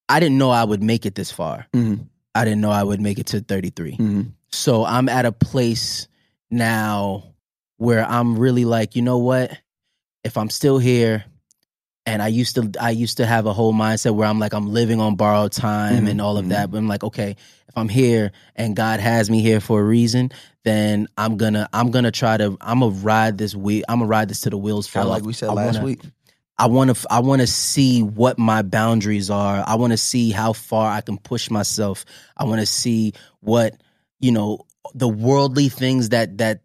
I didn't know I would make it this far. Mhm. I didn't know I would make it to 33. Mhm. So I'm at a place now where I'm really like, you know what? If I'm still here and I used to I used to have a whole mindset where I'm like I'm living on borrowed time Mhm, and all of mhm. that, but I'm like, okay, if I'm here and God has me here for a reason, then I'm gonna I'm gonna try to I'm gonna ride this wheel I'm gonna ride this to the wheels fall Kind of off. like we said I last wanna- week. I want to I want to see what my boundaries are. I want to see how far I can push myself. I want to see what, you know, the worldly things that that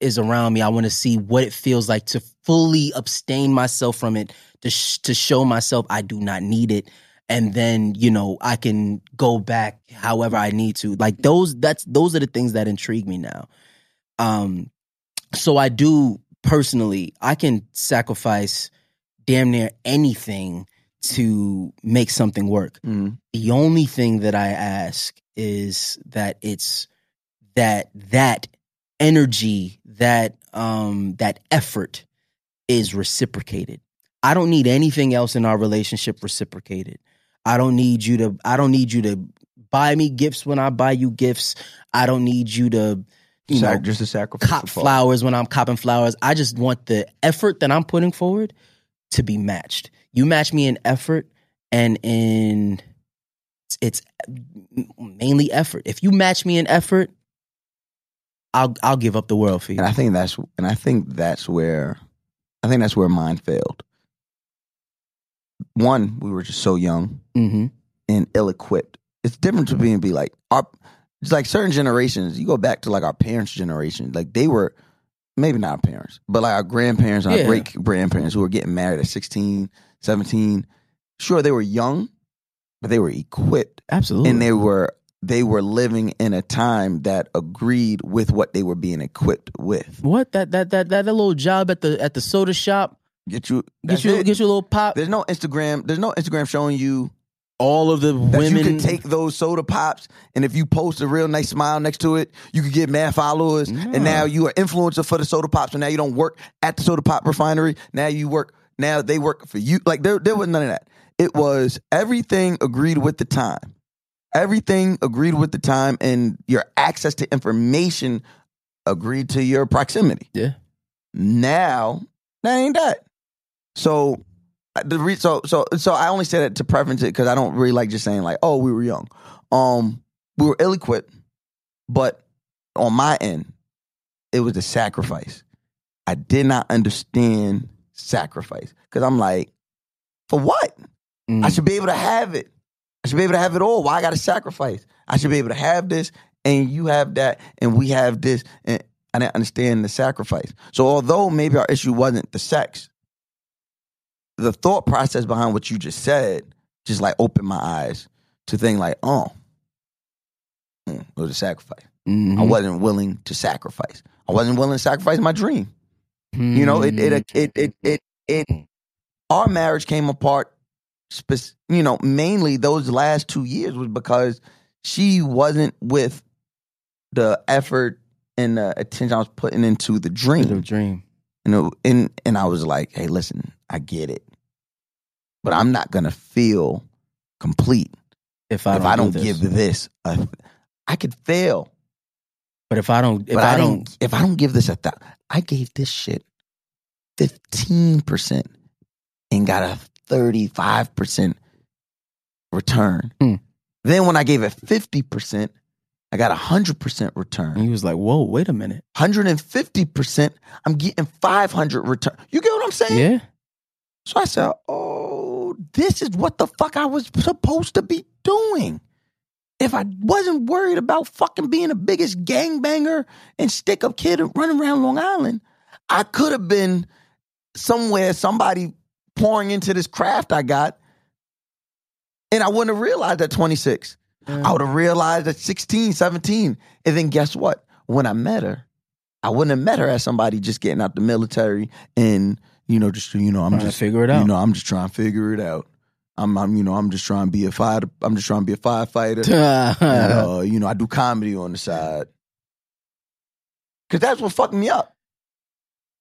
is around me. I want to see what it feels like to fully abstain myself from it to sh- to show myself I do not need it and then, you know, I can go back however I need to. Like those that's those are the things that intrigue me now. Um so I do personally, I can sacrifice damn near anything to make something work. Mhm. The only thing that I ask is that it's that that energy, that um that effort is reciprocated. I don't need anything else in our relationship reciprocated. I don't need you to I don't need you to buy me gifts when I buy you gifts. I don't need you to you Sac- know, just a sacrifice. cop flowers when I'm copping flowers. I just want the effort that I'm putting forward to be matched. You match me in effort and in it's mainly effort. If you match me in effort, I'll I'll give up the world for you. And I think that's and I think that's where I think that's where mine failed. One, we were just so young hmm and ill equipped. It's different to being be like our it's like certain generations, you go back to like our parents' generation, like they were maybe not our parents, but like our grandparents and Yeah. our great grandparents who were getting married at 16, 17. Sure, they were young, but they were equipped Absolutely. and they were they were living in a time that agreed with what they were being equipped with. what that that that that little job at the at the soda shop? Get you Get you get you a little pop. There's no Instagram. There's no Instagram showing you All of the that women you can take those soda pops, and if you post a real nice smile next to it, you could get mad followers, No. and now you are influencer for the soda pops. And now you don't work at the soda pop refinery. Now you work. Now they work for you. Like there, there was none of that. It was everything agreed with the time. Everything agreed with the time, and your access to information agreed to your proximity. Yeah. Now that ain't that. So the re- so so so I only said it to preference it because I don't really like just saying like oh we were young, um we were ill equipped, but on my end it was a sacrifice. I did not understand sacrifice because I'm like for what Mm. I should be able to have it. I should be able to have it all. Why I got to sacrifice? I should be able to have this, and you have that, and we have this. And I didn't understand the sacrifice. So although maybe our issue wasn't the sex, the thought process behind what you just said just like opened my eyes to think like, oh, mm, it was a sacrifice. Mhm. I wasn't willing to sacrifice. I wasn't willing to sacrifice my dream. You know, it it Mm-hmm. it it it, it our marriage came apart. spec- You know, mainly those last two years was because she wasn't with the effort and the attention I was putting into the Bit of dream. dream. You know, and and I was like, hey, listen, I get it, but I'm not gonna feel complete If I don't, if I don't do this. give this. A th- I could fail, But if I don't, if but I, I don't, didn't. If I don't give this a thou, I gave this shit fifteen percent and got a thirty-five percent return. Hmm. Then when I gave it fifty percent, I got a hundred percent and return. he was like, "Whoa, wait a minute, Hundred and fifty percent. I'm getting five hundred return. You get what I'm saying? yeah, So I said, "Oh, this is what the fuck I was supposed to be doing." If I wasn't worried about fucking being the biggest gangbanger and stick up kid and running around Long Island, I could have been somewhere, somebody pouring into this craft I got, and I wouldn't have realized at 26. I would have realized at 16, 17. And then guess what? When I met her, I wouldn't have met her as somebody just getting out the military and, you know, just, you know, I'm I'm gonna just figure it out." you *laughs* know, I'm just trying to figure it out. I'm, I'm, you know, I'm just trying to be a fire. I'm just trying to be a firefighter. *laughs* and, uh, you know, I do comedy on the side. Cause that's what fucked me up.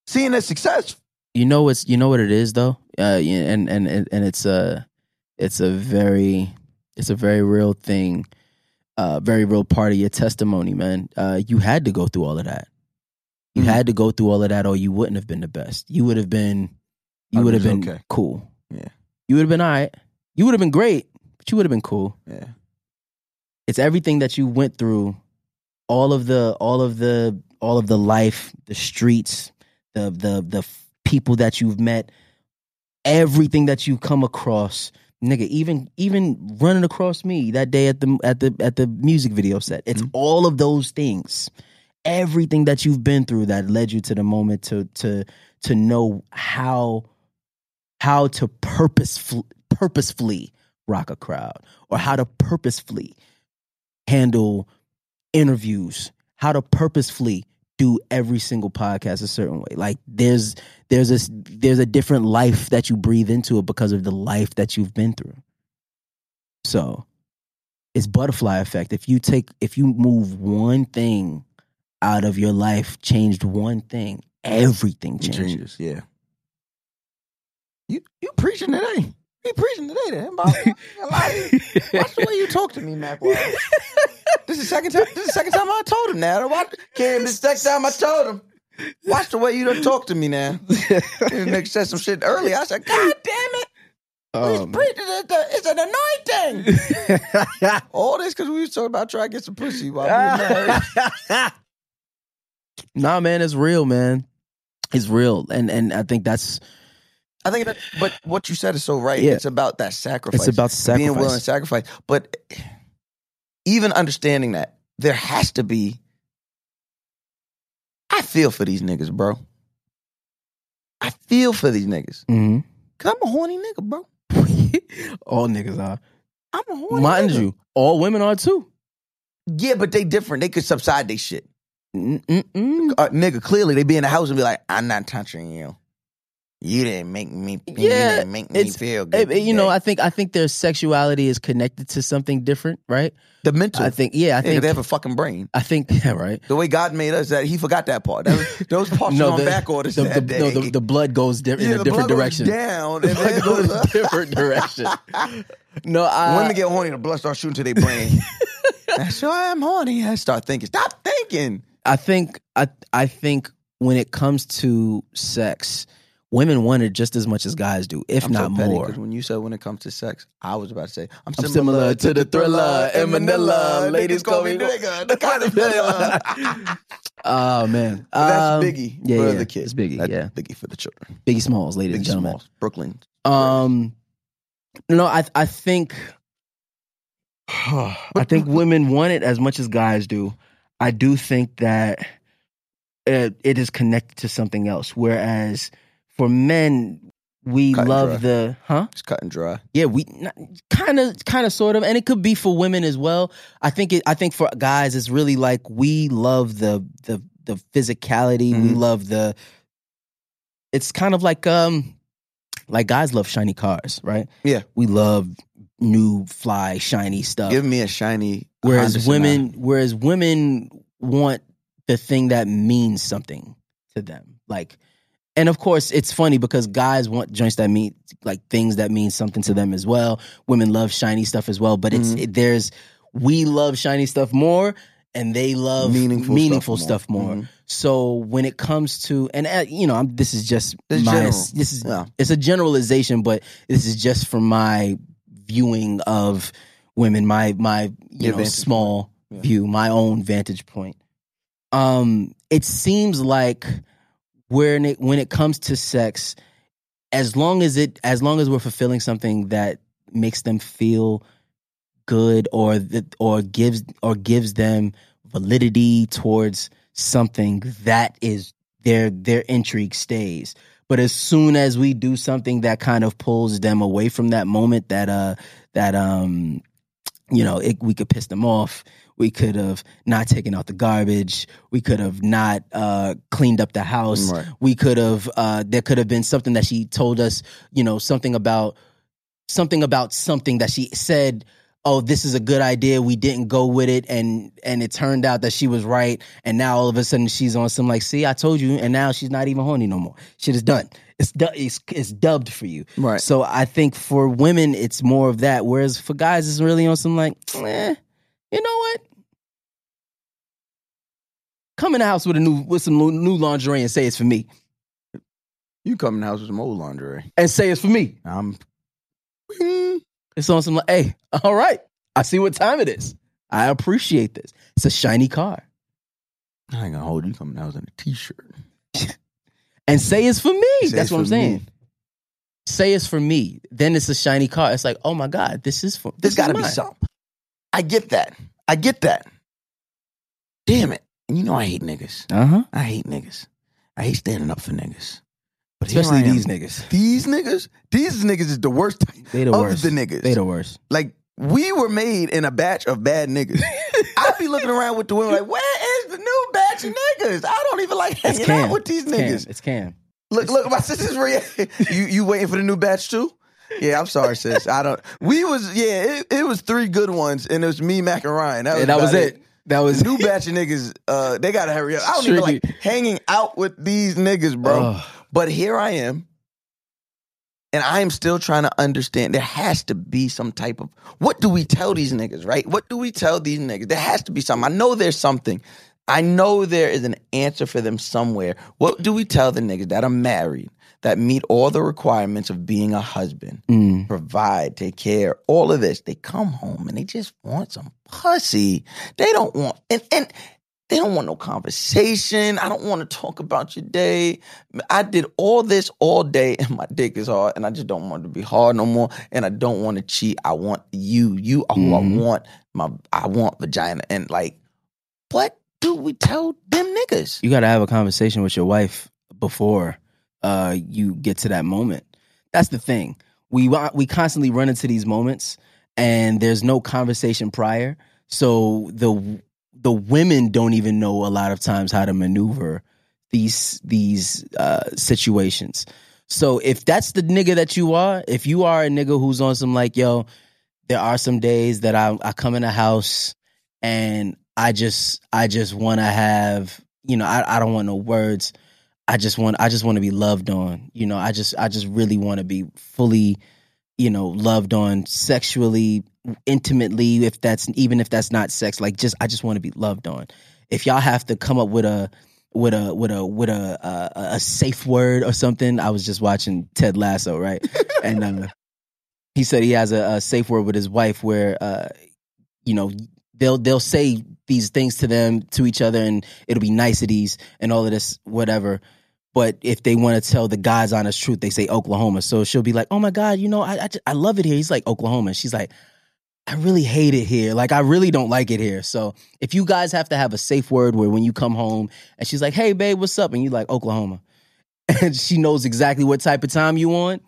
Seeing that success, you know what's you know what it is though, uh, yeah, and and and and it's a it's a very it's a very real thing, uh, very real part of your testimony, man. Uh, you had to go through all of that. You Mhm. had to go through all of that, or you wouldn't have been the best. You would have been, I you would have was been okay. cool. Yeah. you would have been all right. You would have been great, but you would have been cool. yeah, It's everything that you went through all of the all of the all of the life, the streets, the the the f- people that you've met, everything that you come across, nigga. Even even running across me that day at the at the at the music video set. It's all of those things, everything that you've been through that led you to the moment to to to know how how to purposeful purposefully rock a crowd or how to purposefully handle interviews, how to purposefully do every single podcast a certain way. Like there's there's this there's a different life that you breathe into it because of the life that you've been through. So it's butterfly effect. If you take if you move one thing out of your life, changed one thing, everything It changes. *laughs* Yeah. You you preaching today. You preaching today then. Bob. I ain't gonna lie to you. Watch the way you talk to me, Mac Wild. This is the second time this is the second time I told him now. Watch, Kim, this is the second time I told him. Watch the way you done talk to me now. *laughs* This nigga said some shit earlier. I said, God damn it. He's Um, preaching it. It's an anointing. *laughs* All this because we was talking about trying to get some pussy while we were married. nah, man, it's real, man. It's real, and and I think that's I think that, but what you said is so right. Yeah. It's about that sacrifice. it's about being willing to sacrifice. sacrifice. But even understanding that, there has to be. I feel for these niggas, bro. I feel for these niggas. hmm Cause I'm a horny nigga, bro. Mm-hmm. *laughs* all niggas are, I'm a horny mind nigga. you, all women are too. Yeah, but they different. They could subside they shit. Mm-mm-mm. Uh, nigga, clearly they be in the house and be like, I'm not touching you. You didn't make me you Yeah, didn't make me it's- feel good. Eh, eh, You know, today." I think I think their sexuality is connected to something different, right? the mental I think, yeah, I Yeah, 'cause think, they have a fucking brain. I think, *laughs* yeah, right. The way God made us, that He forgot that part. That *laughs* was- those parts were on back orders the, that the- day. no, the, the blood goes di- Yeah, in a the different blood goes direction. down, The and then it *laughs* blood goes goes in a up. *laughs* different direction. No, I, When they get horny, the blood starts shooting to their brain. *laughs* so I am horny. I start thinking. Stop thinking. I think I I think when it comes to sex, women want it just as much as guys do, if I'm not so petty more. because when you said when it comes to sex, I was about to say I'm, I'm similar to the thriller in Manila. Ladies call me nigga. The *laughs* kind of vanilla. *laughs* Oh man, That's Um, Biggie Yeah, for yeah, the kids. It's Biggie. That's yeah, Biggie for the children. Biggie Smalls, ladies and Biggie gentlemen. Smalls, Brooklyn. Um, no, I *sighs* I think I think women want it as much as guys do. I do think that it, it is connected to something else. Whereas for men, we Cut and dry. love the huh. It's cut and dry. Yeah, we kind of, kind of, sort of, and it could be for women as well. I think it. I think for guys, it's really like we love the the the physicality. We Mhm. love the. It's kind of like um, like guys love shiny cars, right? Yeah. we love new, fly, shiny stuff. Give me a shiny. Honda whereas Sonata. Oh. women, whereas women want the thing that means something to them, like. And of course, it's funny because guys want joints that mean like things that mean something to them as well. Women love shiny stuff as well, but it's Mhm. it, there's we love shiny stuff more, and they love meaningful, stuff, more. Mhm. So when it comes to and uh, you know, I'm, this is just It's my general. this is Yeah. it's a generalization, but this is just from my viewing of women, my my you Your know vantage small Yeah. view, my own vantage point. Um, it seems like when it when it comes to sex, as long as it as long as we're fulfilling something that makes them feel good or that or gives or gives them validity towards something that is their their intrigue stays but as soon as we do something that kind of pulls them away from that moment that uh that um you know it, we could piss them off we could have not taken out the garbage we could have not uh cleaned up the house Right. we could have uh there could have been something that she told us you know something about something about something that she said oh this is a good idea we didn't go with it and and it turned out that she was right and now all of a sudden she's on some like see i told you and now she's not even horny no more shit is done it's du- it's, it's dubbed for you Right. so i think for women it's more of that whereas for guys it's really on some like eh, you know what come in the house with a new with some new- new lingerie and say it's for me You come in the house with some old lingerie. and say it's for me I'm It's on *laughs* some like, hey, all right, I see what time it is. I appreciate this. It's a shiny car. I ain't gonna hold you coming out in a t-shirt. and say it's for me. Say That's it's what I'm for saying. me. Say it's for me. Then it's a shiny car. It's like, oh my god, this is for. There's this got to is be mine. something. I get that. I get that. Damn it! And you know I hate niggas. Uh huh. I hate niggas. I hate standing up for niggas. But here Especially I am. these niggas. These niggas. These niggas is the worst. type They the of worst. the niggas. They the worst. Like we were made in a batch of bad *laughs* niggas. I be looking around with the women like, where is the new batch of niggas? I don't even like It's hanging Cam. out with these It's Cam. niggas. It's Cam. Look, look, my sister's reaction. *laughs* You you waiting for the new batch too? Yeah, I'm sorry, sis. I don't. We was yeah, it, it was three good ones, and it was me, Mac, and Ryan. That was, And that was about it. That *laughs* was New batch of niggas, uh, they gotta hurry up. I don't even like Tricky. hanging out with these niggas, bro. Ugh. But here I am, and I am still trying to understand. There has to be some type of what do we tell these niggas, right? What do we tell these niggas? There has to be something. I know there's something. I know there is an answer for them somewhere. What do we tell the niggas that are married, that meet all the requirements of being a husband, Mm. provide, take care, all of this? They come home and they just want some pussy. They don't want and and they don't want no conversation. I don't want to talk about your day. I did all this all day *laughs* and my dick is hard and I just don't want it to be hard no more and I don't want to cheat. I want you. You are who Mhm. I want. My I want vagina and like what do we tell them niggas? You got to have a conversation with your wife before uh, you get to that moment. That's the thing. We wa- we constantly run into these moments, and there's no conversation prior. So the the women don't even know a lot of times how to maneuver these these uh, situations. So if that's the nigga that you are, if you are a nigga who's on some like yo, there are some days that I I come in the house and I just I just want to have you know I I don't want no words. I just want I just want to be loved on. You know I just I just really want to be fully you know loved on sexually intimately if that's even if that's not sex like just I just want to be loved on. If y'all have to come up with a with a with a with a uh, a safe word or something, I was just watching Ted Lasso right, and uh, he said he has a, a safe word with his wife where uh, you know they'll they'll say these things to them to each other and it'll be niceties and all of this whatever but if they want to tell the god's honest truth they say oklahoma so she'll be like oh my god you know i, I, ju- I love it here he's like oklahoma she's like i really hate it here like i really don't like it here so if you guys have to have a safe word where when you come home and she's like hey babe what's up and you like oklahoma *laughs* and she knows exactly what type of time you on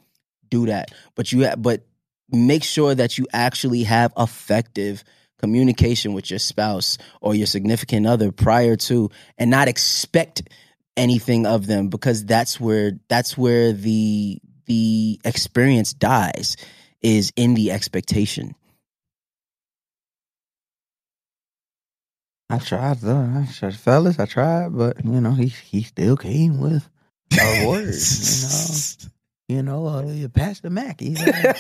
do that but you ha- but make sure that you actually have effective communication with your spouse or your significant other prior to and not expect anything of them because that's where that's where the the experience dies is in *laughs* the expectation I tried though. I tried, fellas, I tried, but you know, he he still came with a word, *laughs* you know, uh, Pastor Mack. He's, uh,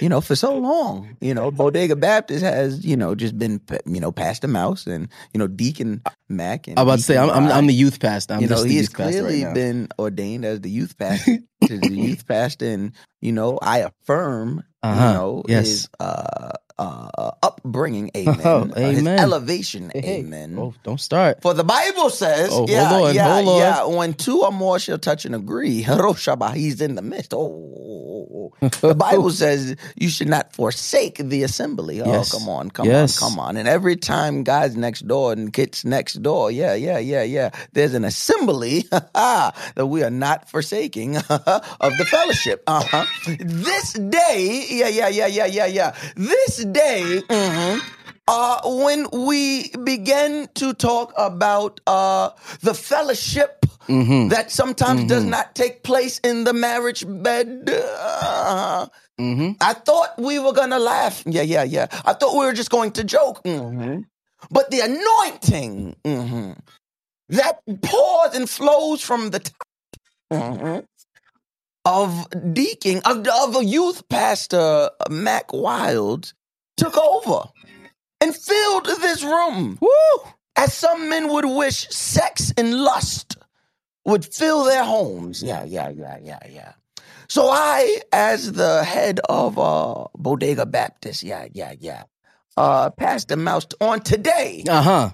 you know, for so long, you know, Bodega Baptist has, you know, just been, you know, Pastor Mouse and, you know, Deacon Mack. And i'm about to say I'm, I'm, I'm the youth pastor i'm you know, just the he has youth pastor right clearly now. been ordained as the youth *laughs* pastor. to the youth pastor, and you know, I affirm, Uh-huh. you know, Yes. his uh, uh, upbringing, amen, *laughs* Oh, Uh, his amen. elevation, Hey, hey. amen. oh don't start For the Bible says, Oh, hold yeah, on, yeah, hold on. yeah, when two or more shall touch and agree, *laughs* Hiroshaba, he's in the midst. Oh, oh, oh, *laughs* oh. the Bible says you should not forsake the assembly. Oh, Yes. come on, come Yes. on, come on. And every time guys next door and kids next door, yeah, yeah, yeah, yeah, there's an assembly *laughs* that we are not forsaking *laughs* of the fellowship. Uh-huh. This day, yeah, yeah, yeah, yeah, yeah, yeah. This day, mhm, uh, when we begin to talk about uh, the fellowship mm-hmm. that sometimes does not take place in the marriage bed. Uh, mm-hmm. I thought we were going to laugh. Yeah, yeah, yeah. I thought we were just going to joke. Mhm. But the anointing mhm, that pours and flows from the top mhm, of deacon, of, of a youth pastor, uh, Mac Wilds, took over and filled this room. Woo! As some men would wish, sex and lust would fill their homes. Yeah, yeah, yeah, yeah, yeah. So I, as the head of uh, Bodega Baptist, yeah, yeah, yeah, uh, Pastor Mouse on today, uh-huh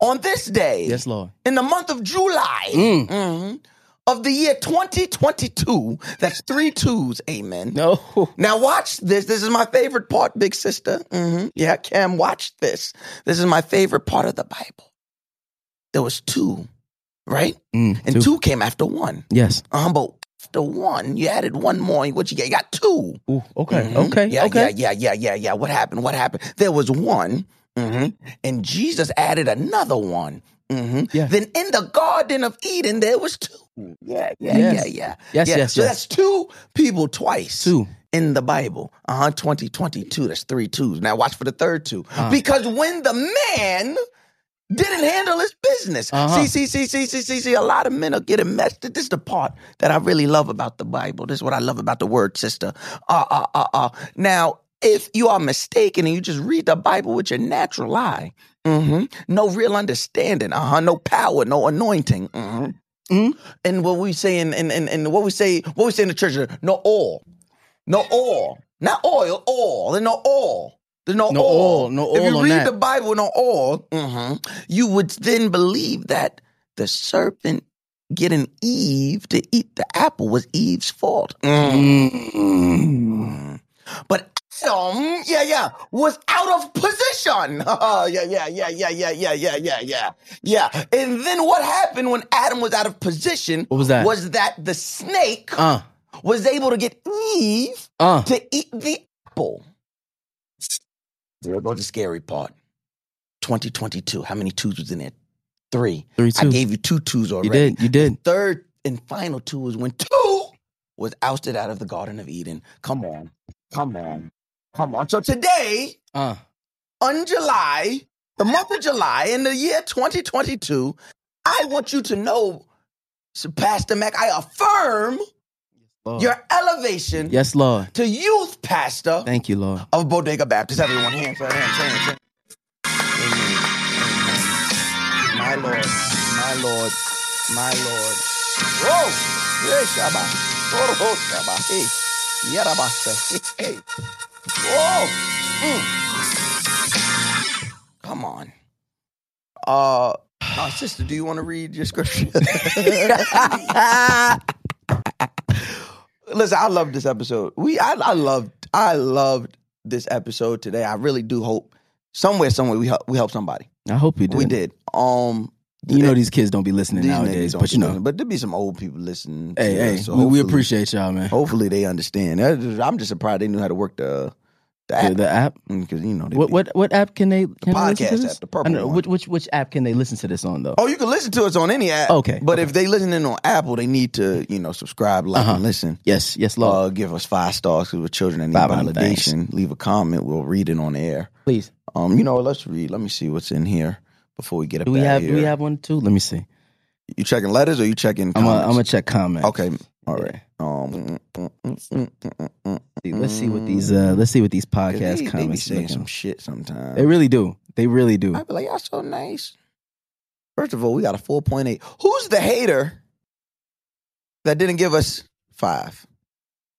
on this day, Yes, Lord. in the month of July Mm. mhm, of the year 2022, that's three twos, amen. No. Now watch this. This is my favorite part, big sister. hmm Yeah, Cam, watch this. This is my favorite part of the Bible. There was two, right? Mm, And two, came after one. Yes. Um, but after one, you added one more. and What you get? You got two. Ooh, okay. Mhm. Okay. Yeah, yeah, okay. yeah, yeah, yeah, yeah. What happened? What happened? There was one, mhm, and Jesus added another one. mhm. Yeah. Then in the Garden of Eden, there was two. Yeah, yeah, Yes. yeah, yeah. Yes, yeah. yes, So yes. that's two people twice Two. in the Bible. Uh huh. 20, 22. That's three twos. Now watch for the third two. Uh-huh. Because when the man didn't handle his business. Uh-huh. See, see, see, see, see, see, see. A lot of men are getting messed. This is the part that I really love about the Bible. This is what I love about the word, sister. Uh, uh, uh, uh. Now, if you are mistaken and you just read the Bible with your natural eye, hmm no real understanding, uh-huh, no power, no anointing, hmm and what we say in, in, in, in what we say, what we say in the church, no oil, no oil, not oil, oil, there's no oil. There's no, No oil. oil, no If oil you on read that. the Bible, no oil, mhm, you would then believe that the serpent getting Eve to eat the apple was Eve's fault. Mm. Mhm. But Adam, yeah, yeah, was out of position. *laughs* yeah, yeah, yeah, yeah, yeah, yeah, yeah, yeah, yeah, yeah. And then what happened when Adam was out of position? What was that? Was that the snake Uh. was able to get Eve Uh. to eat the apple. There goes the scary part. 2022. How many twos was in it? Three. Three I twos. gave you two twos already. You did. You did. Third and final two was when two was ousted out of the Garden of Eden. Come on. Come on. Come on. So today, Uh. on July, the month of July in the year 2022, I want you to know, Pastor Mac, I affirm Lord. your elevation Yes, Lord. to youth pastor Thank you, Lord. of Bodega Baptist. Everyone, hands up, hands up, hands up. Amen. Amen. My Lord, my Lord, my Lord. Whoa! Hey, Shabba. Oh, oh, Shabba. Hey. Yarabasa. Hey, hey. Whoa! Mm. Come on. Uh, now, sister, do you want to read your scripture? *laughs* Listen, I love this episode. We, I, I loved, I loved this episode today. I really do hope somewhere, somewhere we help, we help somebody. I hope you did. We did. Um, You know these kids don't be listening these niggas nowadays, don't but you be know, listening, but there be some old people listening. to hey, hey, us, so we, we hopefully- Oh, appreciate y'all, man. Hopefully, they understand. I'm just surprised they knew how to work the the The, app the app. because you know they What be- what what app can they? Can they listen to podcast this? app, the purple I know, one. Which which which app can they listen to this on though? Oh, you can listen to us on any app. Okay, But if they listening on Apple, they need to, you know, subscribe, like, Uh-huh. and listen. Yes, yes, Lord. Uh, give us five stars because we're children and need Five hundred, validation. thanks. Leave a comment. We'll read it on air. Please. Um, you know, what, let's read. Let me see what's in here before we get up Do we out of have here. do we have one too? Let me see. You checking letters or you checking I'm gonna I'm gonna comments? check comment. Okay. All right. Um, mm, Let's see what these uh let's see what these podcast they, they be comments saying looking. some shit sometimes. They really do. They really do. I'd be like, y'all so nice. First of all, we got a 4.8. Who's the hater that didn't give us five?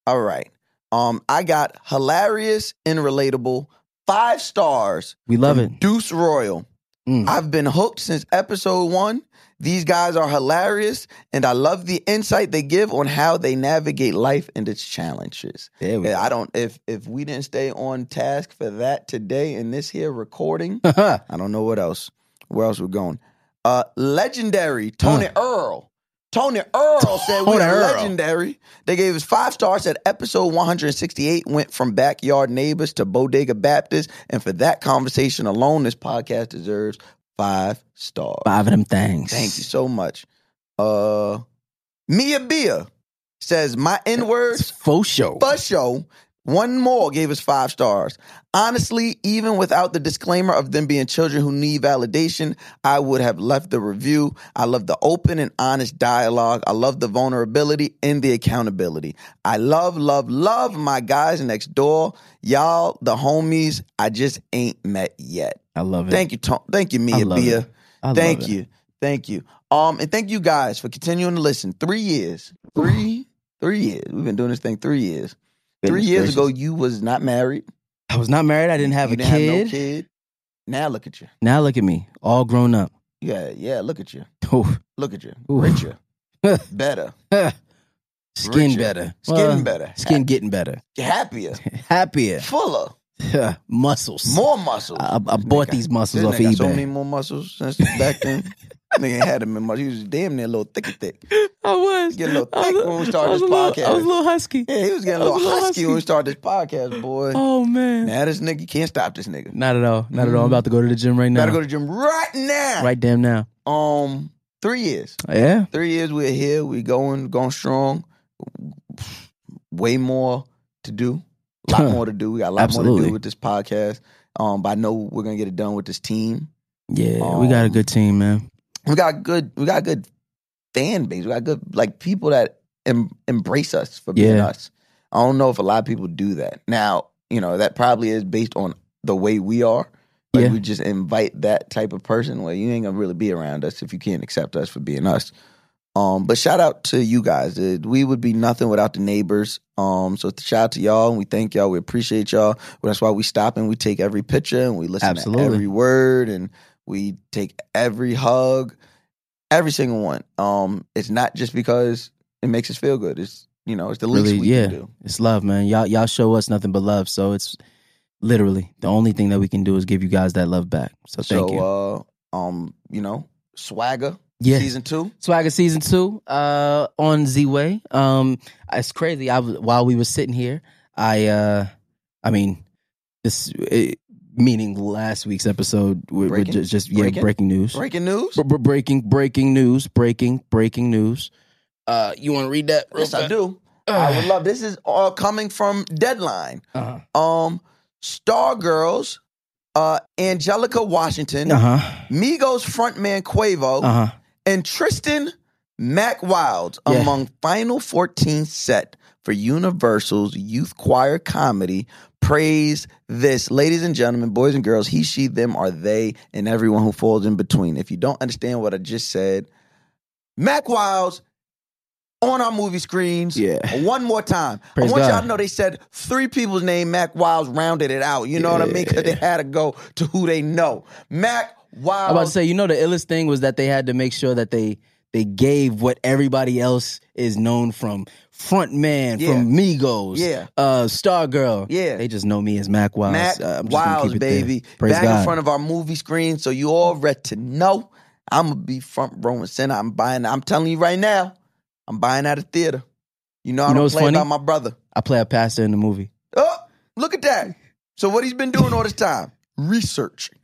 All right. Um, I got hilarious and relatable. Five stars. We love it. from Deuce Royal. Mm. I've been hooked since episode one. These guys are hilarious, and I love the insight they give on how they navigate life and its challenges. There we Yeah, I don't if if we didn't stay on task for that today in this here recording, go. I don't know what else. Where else we're going? Uh, legendary Tony Earl. Tony Earl said we Tony are Earl. legendary. They gave us five stars. Said episode 168 went from backyard neighbors to bodega Baptist, and for that conversation alone, this podcast deserves five stars. *laughs* Five of them things. Thank you so much. Uh, Mia Bia says my N words It's faux show. Bus show. One more gave us five stars. Honestly, even without the disclaimer of them being children who need validation, I would have left the review. I love the open and honest dialogue. I love the vulnerability and the accountability. I love, love, love my guys next door. Y'all, the homies, I just ain't met yet. I love it. Thank you, Tom. Thank you, Mia love Bia. it. I thank love it. you. Thank you. Um, and thank you guys for continuing to listen. Three years. Three, three years. We've been doing this thing three years. three Goodness years gracious. ago, you was not married. I was not married. I didn't have you a didn't kid. Have no kid. Now look at you. Now look at me, all grown up. Yeah, yeah. Look at you. Ooh. Look at you. Ooh. Richer. better. *laughs* skin Richer. better. Skin Well, better. Skin getting better. Happier. Happier. *laughs* Fuller. muscles. More muscles. I, I bought Nigga, these muscles this off nigga got So eBay. many more muscles since back *laughs* then. nigga had him in muscle. He was damn near a little thicky thick. I was. Get a little I was thick when we started I was this a little- I was podcast. a little husky. Yeah, he was getting a I was little, a little husky, husky. when we started this podcast, boy. Oh man. Now this nigga you can't stop this nigga. Not at all. Not at all. I'm about to go to the gym right now. Gotta go to the gym right now. right damn now. Um, three years. Yeah. Three years we're here. We going going strong. Way more to do. A lot Huh. more to do. We got a lot more to Absolutely. do with this podcast. Um, but I know we're gonna get it done with this team. Yeah. we got a good team, man. we got good we got good fan base. We got good like people that em- embrace us for being Yeah. us. I don't know if a lot of people do that. Now, you know, that probably is based on the way we are. Like Yeah. we just invite that type of person where you ain't gonna really be around us if you can't accept us for being us. Um, but shout out to you guys. Uh, We would be nothing without the neighbors. Um, so shout out to y'all and we thank y'all. We appreciate y'all. That's why we stop and we take every picture and we listen Absolutely. to every word and we take every hug, every single one. Um, it's not just because it makes us feel good. It's you know, it's the least Really, we yeah. can do. It's love, man. Y'all y'all show us nothing but love. So it's literally the only thing that we can do is give you guys that love back. So thank so you. uh um, you know, swagger yeah. season two. Swagger season two uh, on Z Way. Um, it's crazy. I was- while we were sitting here, I, uh, I mean, this it, meaning last week's episode. We're, we're Breaking? just, just yeah, Breaking? breaking, news. Breaking news. Br- br- breaking breaking news. Breaking breaking news. Uh, you want to read that? real Yes, I fast? Uh-huh. do. I would love this is all coming from deadline. Uh Um Stargirls, uh Angelica Washington, huh. Migos frontman Quavo, Uh huh. and Tristan Mack Wilds Yeah. among final 14 set for Universal's youth choir comedy. Praise this. Ladies and gentlemen, boys and girls, he, she, them are they, and everyone who falls in between. If you don't understand what I just said, Mack Wilds on our movie screens. *laughs* Yeah. One more time. Praise I want God. y'all to know they said three people's name, Mac Wilds rounded it out. You know what I mean? Because they had to go to who they know. Mac Wilds. I'm about to say, you know, the illest thing was that they had to make sure that they they gave what everybody else is known from front man Yeah. from Migos, Yeah. uh, Star Girl, Yeah. they just know me as Mac Wiles. Mac Uh, I'm just gonna Wilds, keep it there. baby. Praise Back God. in front of our movie screen, so you all ready to know. I'm gonna be front row and center. I'm buying. I'm telling you right now, I'm buying out of theater. You know I You know don't what's play funny? about my brother. I play a pastor in the movie. Oh, look at that. So what he's been doing all this time? Researching.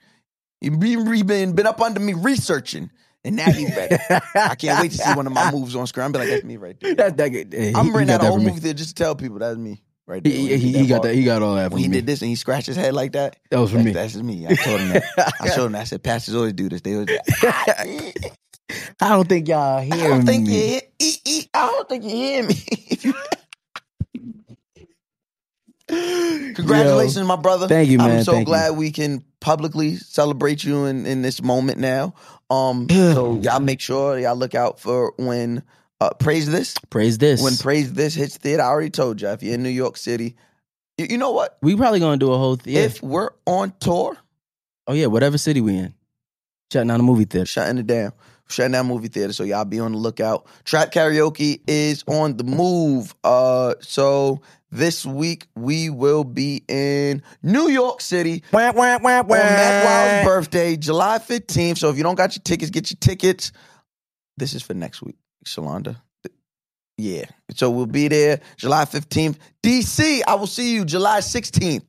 He been, he been, been up under me researching, and now he's ready. *laughs* I can't wait to see one of my moves on screen. I'm be like, that's me right there. *laughs* That, that, eh, he- I'm he renting got out a that whole from me. movie theater just to tell people that's me right there. He, he, he, did got part. that. He got all that from When he me. did this and he scratched his head like that, that was from me. that's, That's me. I told him that. *laughs* I showed him. that. I said, pastors always do this. They always. "Ah, I, I don't think y'all hear I don't think you me. hear. E, e, I don't think you hear me. *laughs* If you- Congratulations, my brother. Thank you, I'm man. so Thank you. glad we can publicly celebrate you in, in this moment now. *sighs* Um, so y'all make sure y'all look out for when uh, praise this. Praise this. When praise this hits theater, I already told you. If you're in New York City, you, you know what? we probably gonna do a whole. Th- yeah. If we're on tour, oh yeah, whatever city we in, shutting down a movie theater. shutting it down. Shutting down movie theater. So y'all be on the lookout. Trap karaoke is on the move. Uh so this week we will be in New York City on Matt Wild's birthday, July 15th. So if you don't got your tickets, get your tickets. This is for next week, Shalonda. Yeah. So we'll be there July 15th. DC, I will see you July 16th.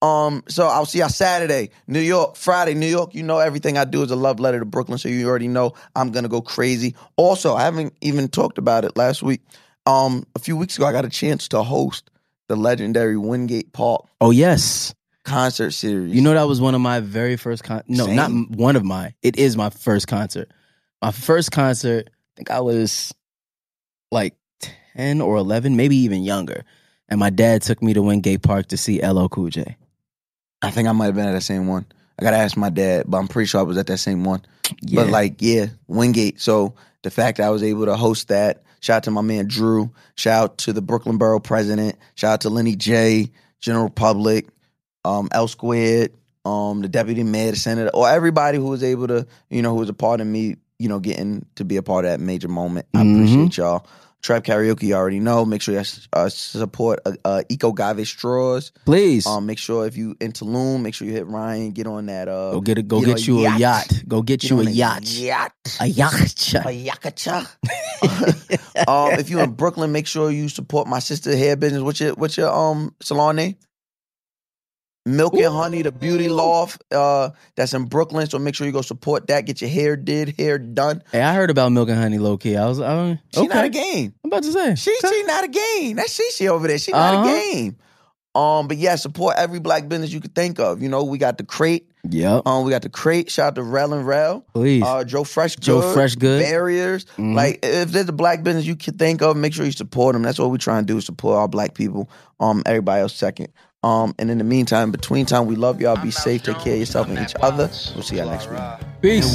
Um, so I'll see y'all Saturday, New York, Friday, New York. You know everything I do is a love letter to Brooklyn, so you already know I'm gonna go crazy. Also, I haven't even talked about it last week. Um, a few weeks ago, I got a chance to host the legendary Wingate Park Oh yes. concert series. You know that was one of my very first con. No, Same. not m- one of my. It is my first concert. My first concert. I think I was like ten or eleven, maybe even younger. And my dad took me to Wingate Park to see LL Cool J. I think I might have been at that same one. I gotta ask my dad, but I'm pretty sure I was at that same one. But like, yeah, Wingate. So the fact that I was able to host that, shout out to my man Drew, shout out to the Brooklyn Borough president, shout out to Lenny J, General Public, um, L Squared, um, the deputy mayor, the senator, or everybody who was able to, you know, who was a part of me, you know, getting to be a part of that major moment. I Mhm. appreciate y'all. Trap karaoke, you already know. Make sure you uh, support uh, uh, Eco Gave straws. Please. Um, make sure if you in Tulum, make sure you hit Ryan. Get on that. Uh, go get a go get, you a yacht. Go get, Get you on a yacht. Yacht. A yacht. A *laughs* yakacha. *laughs* um, if you're in Brooklyn, make sure you support my sister hair business. What's your what's your um salon name? Milk and Honey, the beauty loft uh, that's in Brooklyn. So make sure you go support that. Get your hair did, hair done. Hey, I heard about Milk and Honey low key. I was I was- She okay. not a I'm *laughs* game. about to say. She she not a game. That's she she over there. She not Uh-huh. a game. Um, but yeah, support every black business you could think of. You know, we got the crate. Yep. Um, we got the crate. Shout out to Rel and Rel. Please. Uh, Joe Fresh. Joe Good, Fresh Good. Barriers. Mhm. Like if there's a black business you can think of, make sure you support them. That's what we try and do: support our black people. Um, everybody else second. Um, and in the meantime, between time, we love y'all. Be safe. Take care of yourself and each other. We'll see y'all next week. Peace.